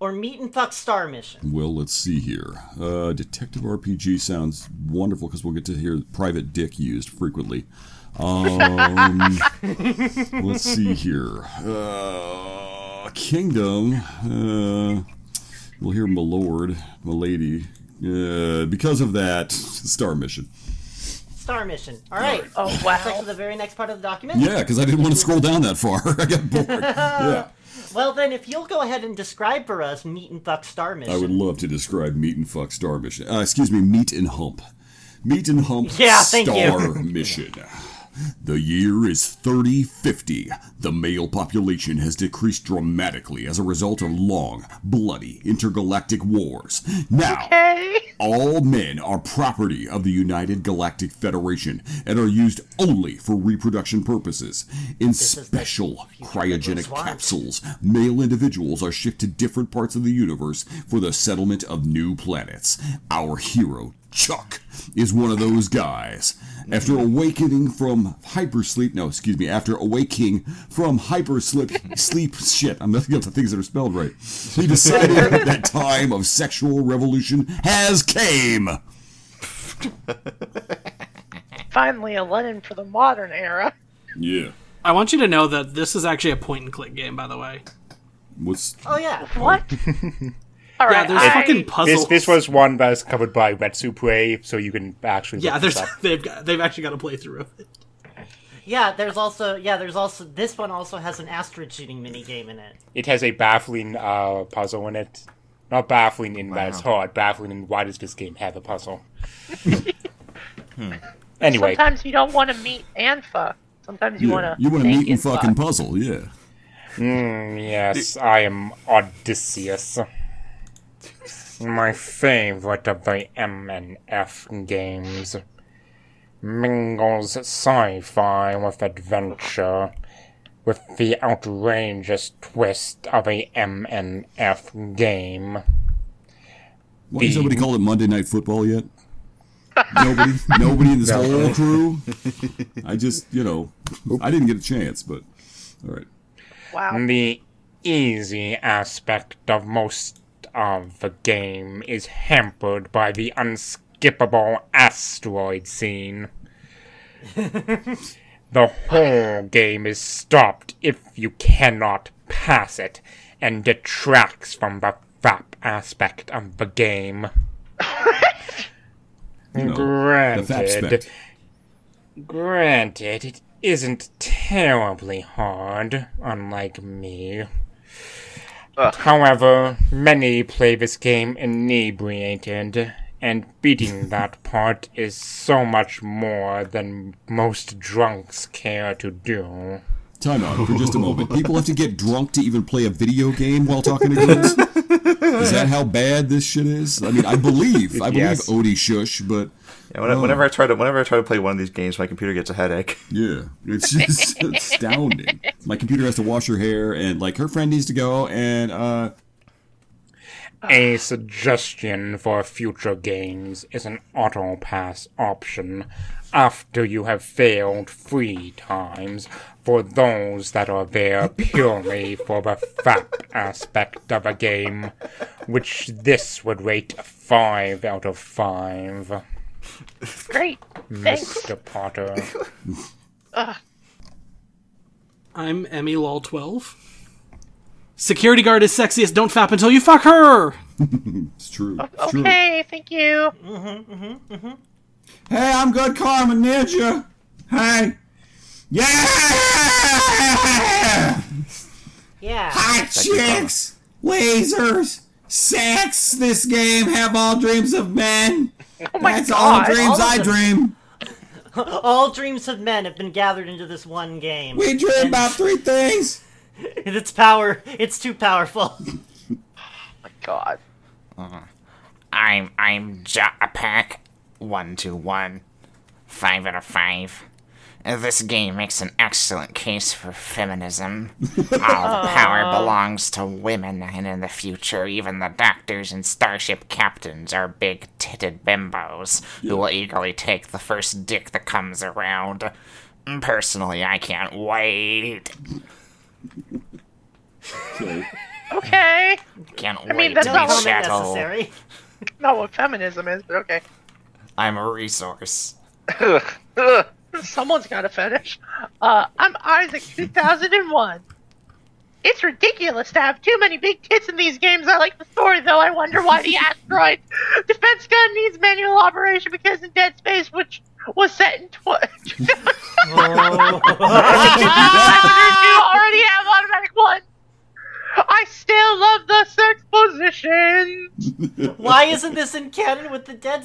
[SPEAKER 4] or Meat and Fuck Star Mission?
[SPEAKER 7] well, let's see here. Uh, Detective RPG sounds wonderful because we'll get to hear private dick used frequently. Um, let's see here. Uh, Kingdom. Uh, we'll hear my lord, my lady. Uh, because of that, Star Mission.
[SPEAKER 4] Star Mission. All right.
[SPEAKER 2] Oh, wow.
[SPEAKER 4] That's actually the very next part of the document.
[SPEAKER 7] Yeah, because I didn't want to scroll down that far. I got bored. Yeah.
[SPEAKER 4] Well, then, if you'll go ahead and describe for us Meat and Fuck Star Mission.
[SPEAKER 7] I would love to describe meat and fuck star mission. Uh, excuse me, meat and hump. Meat and hump
[SPEAKER 4] Yeah, thank you.
[SPEAKER 7] star mission. The year is 3050. The male population has decreased dramatically as a result of long, bloody intergalactic wars. Now, all men are property of the United Galactic Federation and are used only for reproduction purposes. In special cryogenic capsules, male individuals are shipped to different parts of the universe for the settlement of new planets. Our hero, Chuck, is one of those guys. After awakening from hypersleep, no, excuse me, after awaking from hypersleep, sleep, shit, I'm not up the things that are spelled right. He decided that time of sexual revolution has came.
[SPEAKER 2] Finally, a Lenin for the modern era.
[SPEAKER 7] Yeah.
[SPEAKER 3] I want you to know that this is actually a point and click game, by the way.
[SPEAKER 7] What's
[SPEAKER 4] Oh, yeah.
[SPEAKER 2] What? All
[SPEAKER 3] Yeah,
[SPEAKER 2] right.
[SPEAKER 3] there's
[SPEAKER 2] I-
[SPEAKER 3] fucking
[SPEAKER 1] This,
[SPEAKER 3] puzzles.
[SPEAKER 1] this was one that was covered by Retsupre, so you can actually.
[SPEAKER 3] Yeah,
[SPEAKER 1] look
[SPEAKER 3] there's
[SPEAKER 1] this up.
[SPEAKER 3] they've got they've actually got a playthrough of it.
[SPEAKER 4] Yeah, there's also yeah, there's also this one also has an asteroid shooting mini game in it.
[SPEAKER 1] It has a baffling uh, puzzle in it. Not baffling in that it's hard, baffling in why does this game have a puzzle?
[SPEAKER 7] Hmm.
[SPEAKER 1] Anyway,
[SPEAKER 2] Sometimes you don't want to meet and fuck. Sometimes you want to.
[SPEAKER 7] you want to meet and
[SPEAKER 2] fuck.
[SPEAKER 7] fucking puzzle, yeah.
[SPEAKER 1] Mm, yes, I am Odysseus. My favorite of the MNF games. Mingles sci fi with adventure, with the outrageous twist of a MNF game.
[SPEAKER 7] Why has nobody called it Monday Night Football yet? Nobody, nobody in this
[SPEAKER 1] No.
[SPEAKER 7] whole crew. I just, you know, I didn't get a chance, but all right.
[SPEAKER 1] The easy aspect of most of the game is hampered by the unskippable asteroid scene. the whole game is stopped if you cannot pass it, and detracts from the FAP aspect of the game.
[SPEAKER 7] You know, the
[SPEAKER 1] Granted,
[SPEAKER 7] FAPspect.
[SPEAKER 1] Granted, it isn't terribly hard, unlike me. However, many play this game inebriated, and beating that part is so much more than most drunks care to do.
[SPEAKER 7] Time out for just a moment. People have to get drunk to even play a video game while talking to kids. Is that how bad this shit is? I mean, I believe, I believe
[SPEAKER 6] Yes.
[SPEAKER 7] Odie Shush, but
[SPEAKER 6] Yeah, whenever,
[SPEAKER 7] Oh.
[SPEAKER 6] whenever I try to whenever I try to play one of these games, my computer gets a headache.
[SPEAKER 7] Yeah, it's just astounding. My computer has to wash her hair, and like her friend needs to go, and uh,
[SPEAKER 1] A suggestion for future games is an auto pass option after you have failed three times for those that are there purely for the fat aspect of a game, which this would rate five out of five.
[SPEAKER 2] Great. Thanks.
[SPEAKER 1] Mr. Potter.
[SPEAKER 2] Ugh.
[SPEAKER 3] I'm Emmy Lol 12. Security guard is sexiest. Don't fap until you fuck her.
[SPEAKER 7] it's true.
[SPEAKER 3] It's true.
[SPEAKER 2] Okay, thank you.
[SPEAKER 7] Hey, I'm good karma ninja. Hey. Yeah!
[SPEAKER 4] Yeah.
[SPEAKER 7] Hot
[SPEAKER 10] chicks, lasers, sex. This game have all dreams of men.
[SPEAKER 2] Oh
[SPEAKER 10] That's
[SPEAKER 4] Oh God.
[SPEAKER 10] all dreams
[SPEAKER 4] All of
[SPEAKER 10] I
[SPEAKER 4] them.
[SPEAKER 10] dream.
[SPEAKER 4] All dreams of men have been gathered into this one game.
[SPEAKER 10] We dream
[SPEAKER 4] And
[SPEAKER 10] about three things.
[SPEAKER 4] Its power, it's too powerful.
[SPEAKER 16] God.
[SPEAKER 19] Mm-hmm. I'm I'm Jetpack one two one, five out of five. Uh, This game makes an excellent case for feminism. All the power
[SPEAKER 13] Aw.
[SPEAKER 19] belongs to women, and in the future, even the doctors and starship captains are big titted bimbos who will eagerly take the first dick that comes around. Personally, I can't wait.
[SPEAKER 2] Okay.
[SPEAKER 19] Can't
[SPEAKER 2] I mean,
[SPEAKER 19] wait
[SPEAKER 2] that's
[SPEAKER 19] to
[SPEAKER 2] not
[SPEAKER 19] be
[SPEAKER 2] what-
[SPEAKER 19] chattel.
[SPEAKER 2] Not what feminism is, but okay.
[SPEAKER 19] I'm a resource.
[SPEAKER 2] Ugh. Someone's got a fetish. Uh, I'm Isaac 2001. It's ridiculous to have too many big tits in these games. I like the story, though. I wonder why the asteroid defense gun needs manual operation because in Dead Space, which was set in tw- you already have automatic one. I still love the sex position.
[SPEAKER 4] Why isn't this in canon with the Dead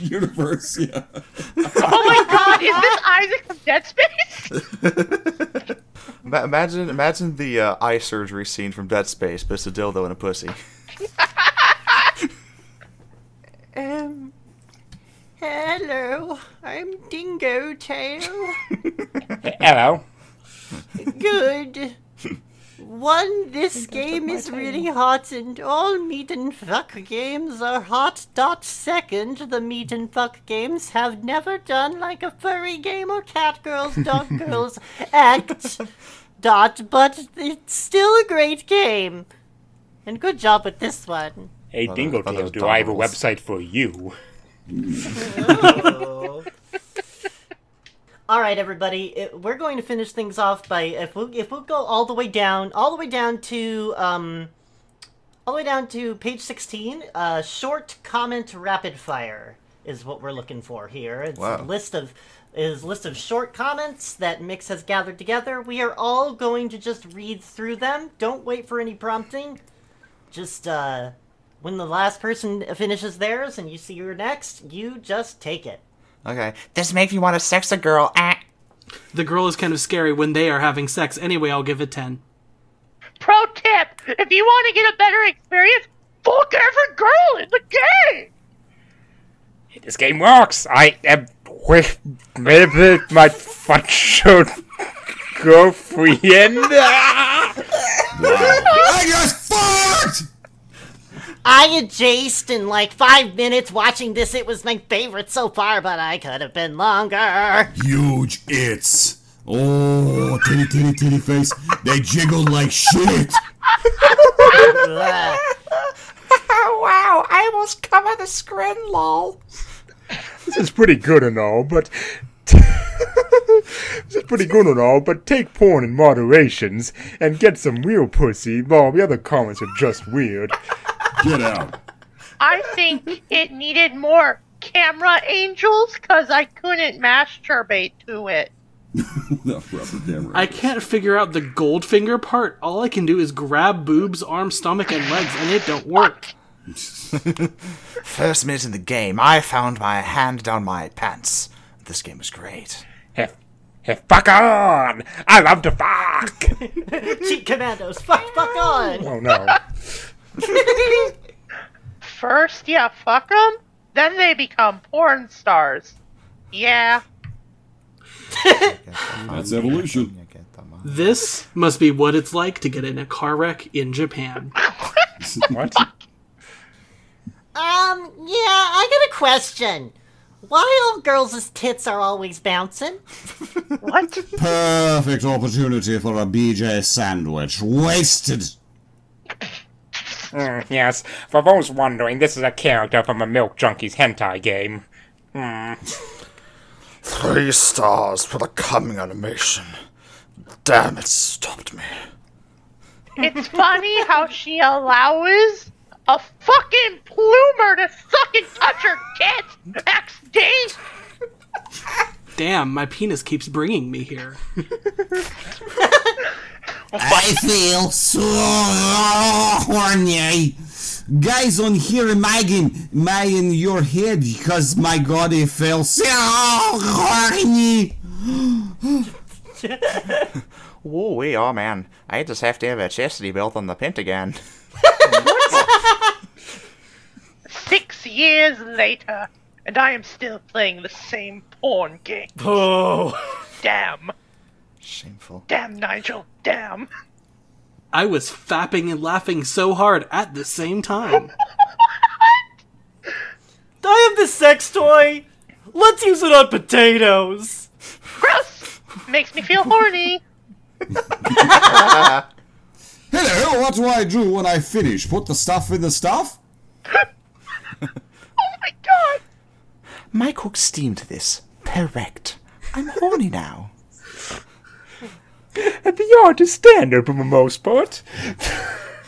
[SPEAKER 7] Universe, yeah.
[SPEAKER 2] Oh my god, is this Isaac from Dead Space?
[SPEAKER 6] Ma- imagine, imagine the uh, eye surgery scene from Dead Space, but it's a dildo and a pussy.
[SPEAKER 20] Um. Hello, I'm Dingo Tail.
[SPEAKER 1] Hello.
[SPEAKER 20] Good. One, this game is really hot, and all meat and fuck games are hot. Dot second, the meat and fuck games have never done like a furry game or cat girls, dog girls act. Dot, but it's still a great game. And good job with this one.
[SPEAKER 1] Hey,
[SPEAKER 6] Other-
[SPEAKER 1] Dingle Tail,
[SPEAKER 6] other
[SPEAKER 1] do I have a
[SPEAKER 6] dongles.
[SPEAKER 1] website for you?
[SPEAKER 4] All right, everybody, i- we're going to finish things off by if we if we'll go all the way down, all the way down to um, all the way down to page sixteen. Uh, short comment, rapid fire is what we're looking for here. It's
[SPEAKER 20] Wow.
[SPEAKER 4] a list of is a list of short comments that Mix has gathered together. We are all going to just read through them. Don't wait for any prompting. Just uh, when the last person finishes theirs and you see you're next, you just take it.
[SPEAKER 19] Okay. This makes me want to sex a girl. Ah.
[SPEAKER 3] The girl is kind of scary when they are having sex. Anyway, I'll give it 10.
[SPEAKER 2] Pro tip: If you want to get a better experience, fuck every girl in the game.
[SPEAKER 1] This game works! I am with maybe my future girlfriend.
[SPEAKER 4] I just farted! I adjaced in like five minutes watching this. It was my favorite so far, but I could have been longer.
[SPEAKER 7] Huge its. Oh, titty, titty, titty face. They jiggled like shit.
[SPEAKER 13] wow, I almost covered the screen, lol.
[SPEAKER 1] This is pretty good and all, but. this is pretty good and all, but take porn in moderations and get some real pussy while the other comments are just weird.
[SPEAKER 7] Get out.
[SPEAKER 2] I think it needed more camera angels because I couldn't masturbate to it.
[SPEAKER 3] I can't figure out the Goldfinger part. All I can do is grab boobs, arms, stomach, and legs, and it don't work.
[SPEAKER 6] First minute in the game, I found my hand down my pants. This game is great.
[SPEAKER 1] Hef, hef, fuck on! I love to fuck!
[SPEAKER 4] Cheat commandos, fuck, fuck on!
[SPEAKER 1] Oh no.
[SPEAKER 2] First, yeah, fuck them. Then they become porn stars. Yeah.
[SPEAKER 7] That's evolution.
[SPEAKER 3] This must be what it's like to get in a car wreck in Japan.
[SPEAKER 1] what?
[SPEAKER 4] Um,
[SPEAKER 20] Yeah, I got a question. Why all girls' tits are always bouncing? what?
[SPEAKER 7] Perfect opportunity for a BJ sandwich. Wasted.
[SPEAKER 1] Mm, yes, for those wondering, this is a character from a Milk Junkies hentai game. Mm.
[SPEAKER 6] Three stars for the coming animation. Damn, it stopped me.
[SPEAKER 2] It's funny how she allows a fucking plumer to suck and touch her tits backstage.
[SPEAKER 3] Damn, my penis keeps bringing me here.
[SPEAKER 14] I feel so horny.
[SPEAKER 15] Guys on here imagine my in your head because my god it feels so horny.
[SPEAKER 2] Oh
[SPEAKER 6] Whoa, we
[SPEAKER 19] oh,
[SPEAKER 6] are man. I just have to have a chastity belt on the pentagon.
[SPEAKER 2] Six years later, and I am still playing the same porn game.
[SPEAKER 3] Oh.
[SPEAKER 2] Damn.
[SPEAKER 6] Shameful.
[SPEAKER 2] Damn, Nigel. Damn.
[SPEAKER 3] I was fapping and laughing so hard at the same time.
[SPEAKER 4] I have this sex toy. Let's use it on potatoes.
[SPEAKER 2] Gross. Makes me feel horny.
[SPEAKER 7] Hello, what do I do when I finish? Put the stuff in the stuff?
[SPEAKER 2] Oh my god!
[SPEAKER 19] My cook steamed this. Correct. I'm horny now.
[SPEAKER 1] And the art is standard for the most part.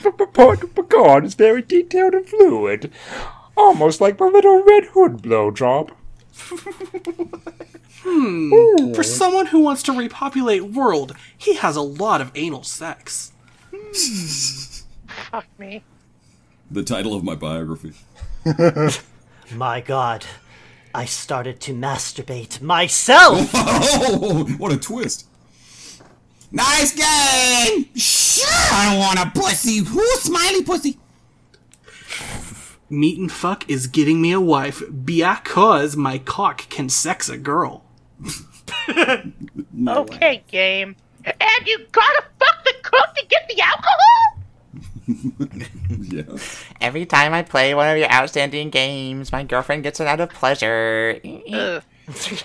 [SPEAKER 1] the part of the god is very detailed and fluid. Almost like the little Red Hood blowjob.
[SPEAKER 3] Hmm. For someone who wants to repopulate world, he has a lot of anal sex. Hmm.
[SPEAKER 2] Fuck me.
[SPEAKER 8] The title of my biography.
[SPEAKER 4] My god, I started to masturbate myself!
[SPEAKER 8] Oh, what a twist!
[SPEAKER 10] Nice game! Sure, I want a pussy. Who smiley pussy?
[SPEAKER 3] Meat and fuck is getting me a wife because my cock can sex a girl.
[SPEAKER 7] No way.
[SPEAKER 2] Okay, game. And you gotta fuck the cook to get the alcohol?
[SPEAKER 7] yeah.
[SPEAKER 19] Every time I play one of your outstanding games, my girlfriend gets it out of pleasure.
[SPEAKER 2] Ugh.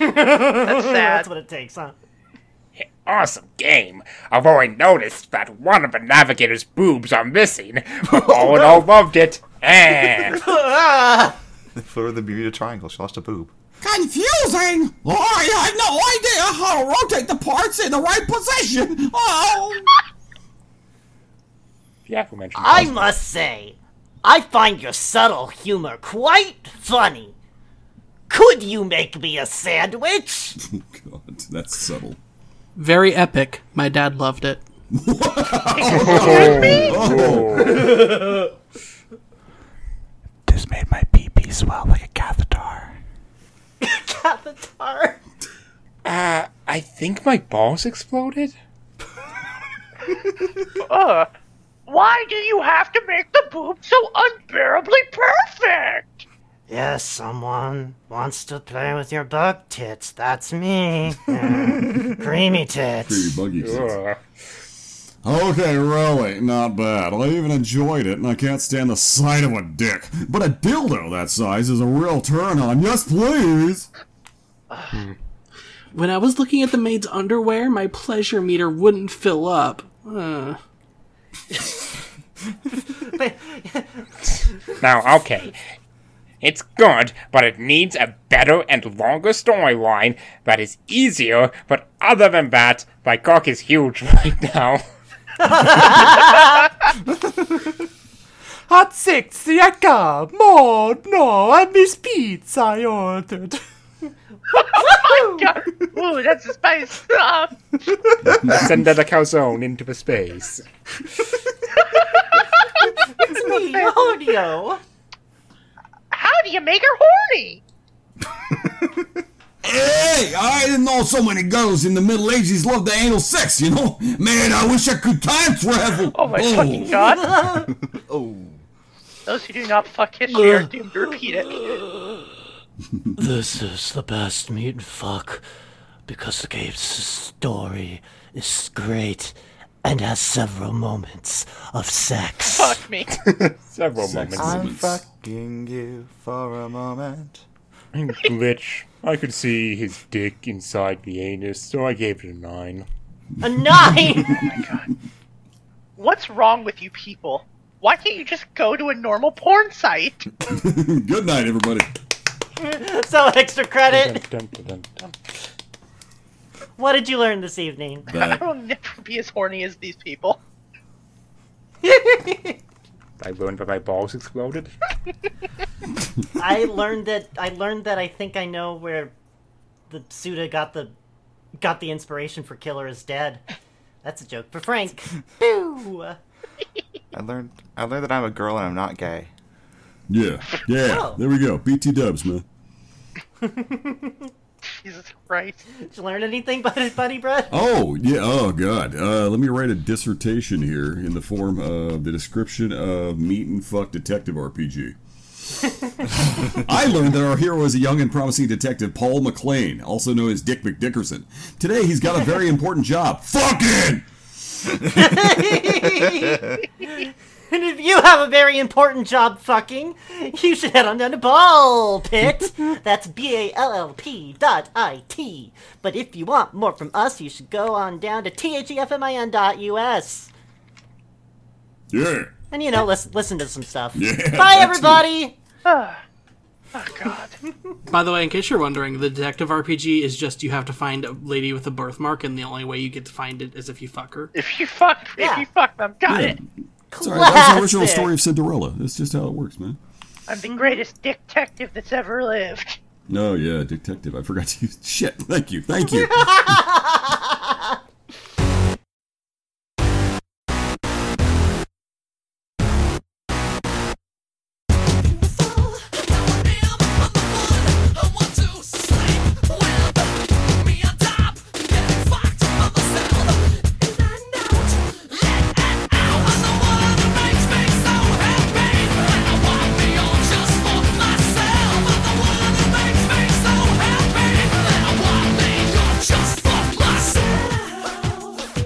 [SPEAKER 4] That's That's what it takes, huh?
[SPEAKER 1] Awesome game, although I noticed that one of the navigator's boobs are missing. But all in all, loved it. Eh.
[SPEAKER 6] For the Bermuda Triangle, she lost a boob.
[SPEAKER 10] Confusing! Oh, I have no idea how to rotate the parts in the right position! Oh!
[SPEAKER 1] The aforementioned
[SPEAKER 4] I
[SPEAKER 1] puzzle.
[SPEAKER 4] must say, I find your subtle humor quite funny. Could you make me a sandwich?
[SPEAKER 8] Oh, God, that's subtle.
[SPEAKER 3] Very epic. My dad loved it.
[SPEAKER 19] This made my pee pee swell like a catheter.
[SPEAKER 4] Avatar.
[SPEAKER 1] Uh, I think my balls exploded.
[SPEAKER 2] Ugh. Why do you have to make the boob so unbearably perfect?
[SPEAKER 4] Yes, someone wants to play with your bug tits. That's me. Creamy tits.
[SPEAKER 8] Creamy buggy
[SPEAKER 7] Okay, really, not bad. I even enjoyed it, and I can't stand the sight of a dick. But a dildo that size is a real turn on. Yes, please!
[SPEAKER 3] When I was looking at the maid's underwear, my pleasure meter wouldn't fill up. Uh,
[SPEAKER 7] Oh.
[SPEAKER 1] Now, okay. It's good, but it needs a better and longer storyline that is easier, but other than that, my cock is huge right now.
[SPEAKER 13] Hot six, yaka, more, no, I miss pizza I ordered.
[SPEAKER 2] oh my god! Ooh, that's a space. Ah.
[SPEAKER 1] Send the calzone into the space.
[SPEAKER 4] It's me, Audio.
[SPEAKER 2] How do you make her horny?
[SPEAKER 7] Hey, I didn't know so many girls in the Middle Ages loved the anal sex, you know? Man, I wish I could time travel!
[SPEAKER 2] Oh my fucking god!
[SPEAKER 7] Oh.
[SPEAKER 2] Those who do not fuck history are doomed to repeat it.
[SPEAKER 17] this is the best meat and fuck because the game's story is great and has several moments of sex.
[SPEAKER 2] Fuck me.
[SPEAKER 1] Several moments.
[SPEAKER 6] I'm fucking you for a moment.
[SPEAKER 1] And glitch. I could see his dick inside the anus, so I gave it a nine.
[SPEAKER 4] A nine?
[SPEAKER 2] Oh What's wrong with you people? Why can't you just go to a normal porn site?
[SPEAKER 7] Good night, everybody.
[SPEAKER 4] so extra credit. What did you learn this evening?
[SPEAKER 2] I will never be as horny as these people.
[SPEAKER 1] I learned that my balls exploded.
[SPEAKER 4] I learned that I learned that I think I know where the Suda got the got the inspiration for Killer is Dead. That's a joke for Frank. Boo.
[SPEAKER 6] I learned I learned that I'm a girl and I'm not gay.
[SPEAKER 7] Yeah, yeah.
[SPEAKER 4] Oh.
[SPEAKER 7] There we go. BT dubs, man.
[SPEAKER 2] Jesus Christ.
[SPEAKER 4] Did you learn anything about it, Buddy Brett?
[SPEAKER 7] Oh yeah. Oh god. Uh, let me write a dissertation here in the form of the description of Meat and Fuck Detective RPG. I learned that our hero is a young and promising detective, Paul McLean, also known as Dick McDickerson. Today, he's got a very important job. Fucking.
[SPEAKER 4] And if you have a very important job fucking, you should head on down to Ball Pit. That's B A L L P dot I T. But if you want more from us, you should go on down to T H E F M I N dot U S.
[SPEAKER 7] Yeah.
[SPEAKER 4] And you know, listen, listen to some stuff.
[SPEAKER 7] Yeah,
[SPEAKER 4] Bye,
[SPEAKER 3] that's
[SPEAKER 4] everybody!
[SPEAKER 2] Ah,
[SPEAKER 3] By the way, in case you're wondering, the detective RPG is just you have to find a lady with a birthmark, and the only way you get to find it is if you fuck her.
[SPEAKER 2] If you fuck, if you fuck them, got
[SPEAKER 7] Yeah.
[SPEAKER 2] it.
[SPEAKER 7] It's all right. That's the original
[SPEAKER 2] Classic.
[SPEAKER 7] story of Cinderella. That's just how it works, man.
[SPEAKER 2] I'm the greatest detective that's ever lived.
[SPEAKER 7] Oh yeah, detective. I forgot to use shit. Thank you. Thank you.
[SPEAKER 5] Just for myself.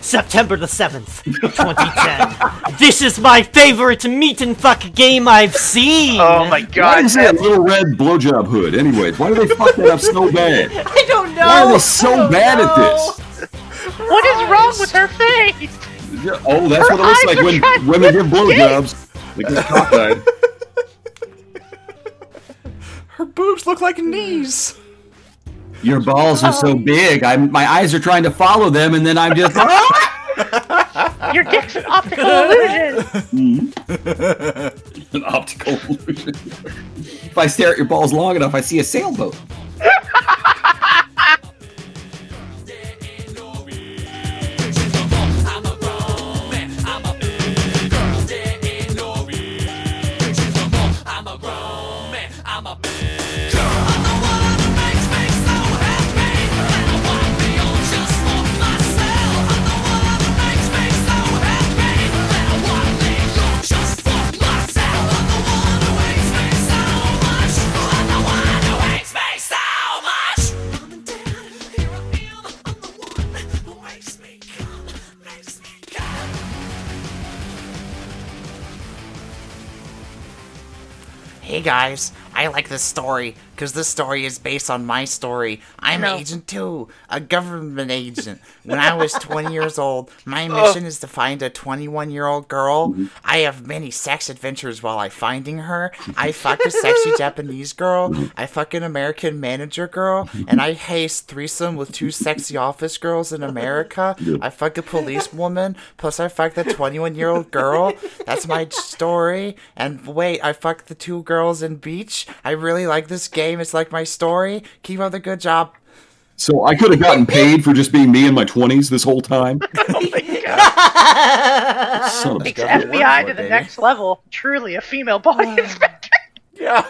[SPEAKER 4] September the 7th, 2010. this is my favorite meet and fuck game I've seen! Oh my
[SPEAKER 7] Why is that little red blowjob hood? Anyways, why do they fuck that up so bad?
[SPEAKER 4] I don't know!
[SPEAKER 7] Why are they so bad at this?
[SPEAKER 2] What is wrong with her face?
[SPEAKER 7] Yeah, oh, that's
[SPEAKER 2] Her
[SPEAKER 7] what it looks
[SPEAKER 2] eyes
[SPEAKER 7] like
[SPEAKER 2] are
[SPEAKER 7] when
[SPEAKER 2] trying
[SPEAKER 7] women
[SPEAKER 2] to
[SPEAKER 7] give blowjobs. They get cockeyed.
[SPEAKER 13] Her boobs look like knees.
[SPEAKER 21] Your balls are
[SPEAKER 2] Um,
[SPEAKER 21] so big. I'm my eyes are trying to follow them, and then I'm just. Ah!
[SPEAKER 2] Your dick's an optical illusion.
[SPEAKER 21] An optical illusion. if I stare at your balls long enough, I see a sailboat.
[SPEAKER 5] Just for myself, I'm the one who hates me so much. I'm the one who hates me so much. Mom and Dad, here I am. I'm the one who makes me come, makes me come.
[SPEAKER 19] Hey guys, I like this story because this story is based on my story. I'm
[SPEAKER 5] No.
[SPEAKER 19] Agent 2, a government agent. when I was 20 years old,
[SPEAKER 5] Oh.
[SPEAKER 19] my mission is to find a 21 year old girl. I have many sex adventures while I finding her. I fuck a sexy Japanese girl. I fuck an American manager girl. And I haste threesome with two sexy office girls in America. I fuck a policewoman. Plus, I fuck the 21 year old girl. That's my story. And wait, I fucked the two girls in beach. I really like this game. It's like my story. Keep up the good job.
[SPEAKER 7] So I could have gotten paid for just being me in my twenties this whole time.
[SPEAKER 5] Oh
[SPEAKER 7] Son of a
[SPEAKER 4] Hmm.
[SPEAKER 2] Takes FBI to the next level. Truly a female body inspector.
[SPEAKER 19] Yeah.